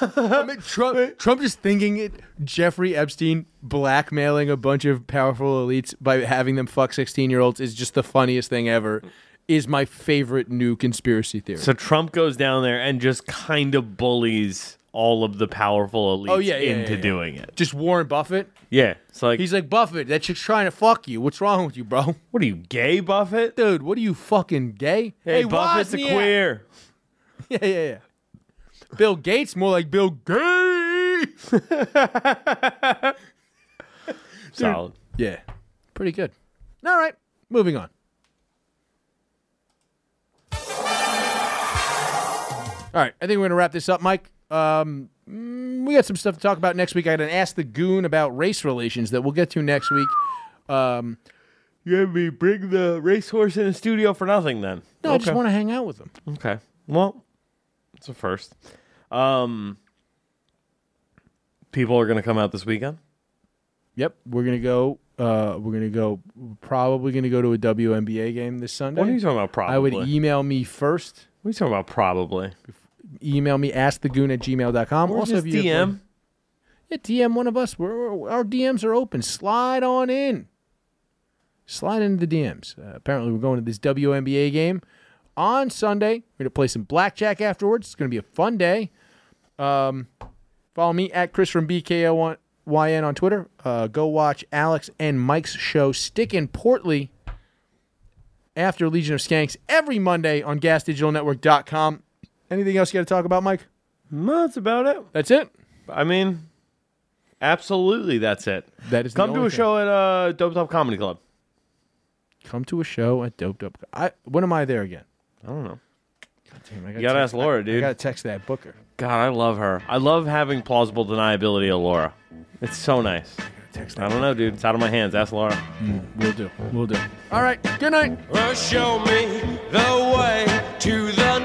S1: mean, Trump, Trump just thinking it. Jeffrey Epstein blackmailing a bunch of powerful elites by having them fuck 16 year olds is just the funniest thing ever. Is my favorite new conspiracy theory.
S2: So Trump goes down there and just kind of bullies all of the powerful elites
S1: Oh, yeah, yeah,
S2: into
S1: yeah, yeah.
S2: doing it.
S1: just Warren Buffett.
S2: Yeah. It's like,
S1: He's like, Buffett, that chick's trying to fuck you. What's wrong with you, bro?
S2: what are you, gay, Buffett?
S1: Dude, what are you fucking gay?
S2: Hey, Buffett's a
S1: Wozniak.
S2: queer.
S1: Yeah, yeah, yeah. Bill Gates, more like Bill Gay.
S2: Solid.
S1: yeah, pretty good. All right, moving on. All right, I think we're gonna wrap this up, Mike. Um, mm, we got some stuff to talk about next week. I got an ask the goon about race relations that we'll get to next week. Um,
S2: You had me bring the racehorse in the studio for nothing then.
S1: no, I just want to hang out with him.
S2: Okay. Well, it's a first. Um, people are going to come out this weekend.
S1: Yep, we're gonna go. Uh, we're gonna go. we're Probably gonna go to a WNBA game this Sunday.
S2: What are you talking about? Probably.
S1: I would email me first.
S2: what are you talking about? Probably.
S1: Email me askthegoon at gmail.com.
S2: Or
S1: also,
S2: just
S1: if you have
S2: DM.
S1: one- yeah, DM one of us. We're, we're- our DMs are open. Slide on in. Slide into the DMs. Uh, apparently, we're going to this WNBA game on Sunday. We're gonna play some blackjack afterwards. It's gonna be a fun day. Um, Follow me at Chris from BKOYN on Twitter. Uh, go watch Alex and Mike's show Stick in Portly after Legion of Skanks every Monday on gasdigitalnetwork.com. Anything else you got to talk about, Mike?
S2: No, that's about it.
S1: That's it.
S2: I mean, absolutely, that's it.
S1: That is the
S2: Come to
S1: only
S2: a
S1: thing.
S2: show at uh, Dope Top Comedy Club.
S1: Come to a show at Dope Dope. I when am I there again?
S2: I don't know.
S1: Damn, I
S2: You gotta
S1: text-
S2: ask Laura, dude.
S1: I gotta text that Booker.
S2: God, I love her. I love having plausible deniability of Laura. It's so nice.
S1: Text
S2: I don't know, dude. It's out of my hands. Ask Laura.
S1: We'll do. We'll do. All right. Good night.
S4: Well, show me the way to the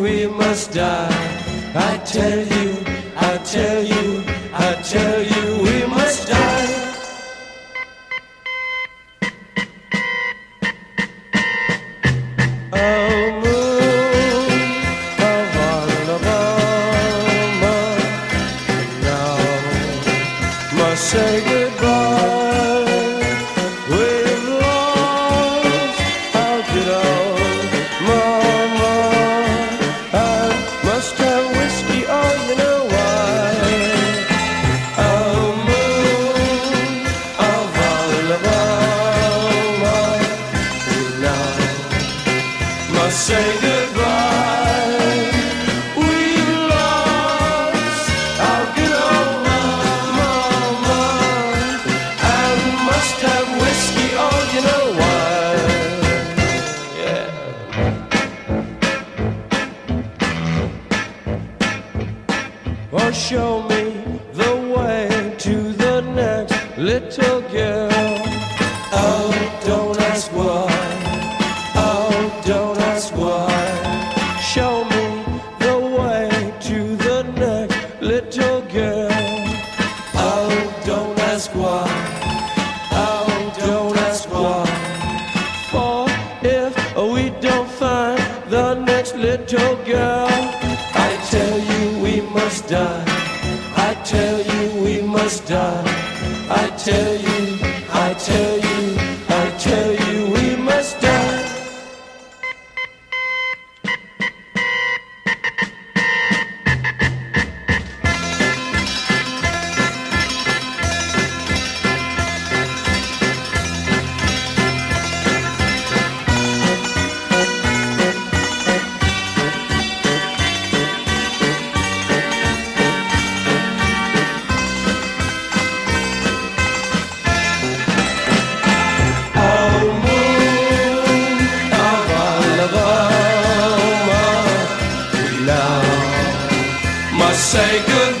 S4: we must die. I tell you, I tell you, I tell you we must die. Oh, moon of Alabama, now must say goodbye. We've lost our good old mama. I must have whiskey, oh, you know why. Oh, moon of Alabama, now must say goodbye. We've lost our good old mama. I must have whiskey, oh, you know why. Yeah. Well, Oh, show me the way to the next little girl. Oh, don't ask why. Oh, don't ask why. Show me the way to the next little girl. Oh, don't ask why. Oh, don't ask why. For if we don't find the next little girl, I tell you we must die. I tell you we must die. I tell you, I tell you, I tell you we must die. Alabama. We now must say goodbye.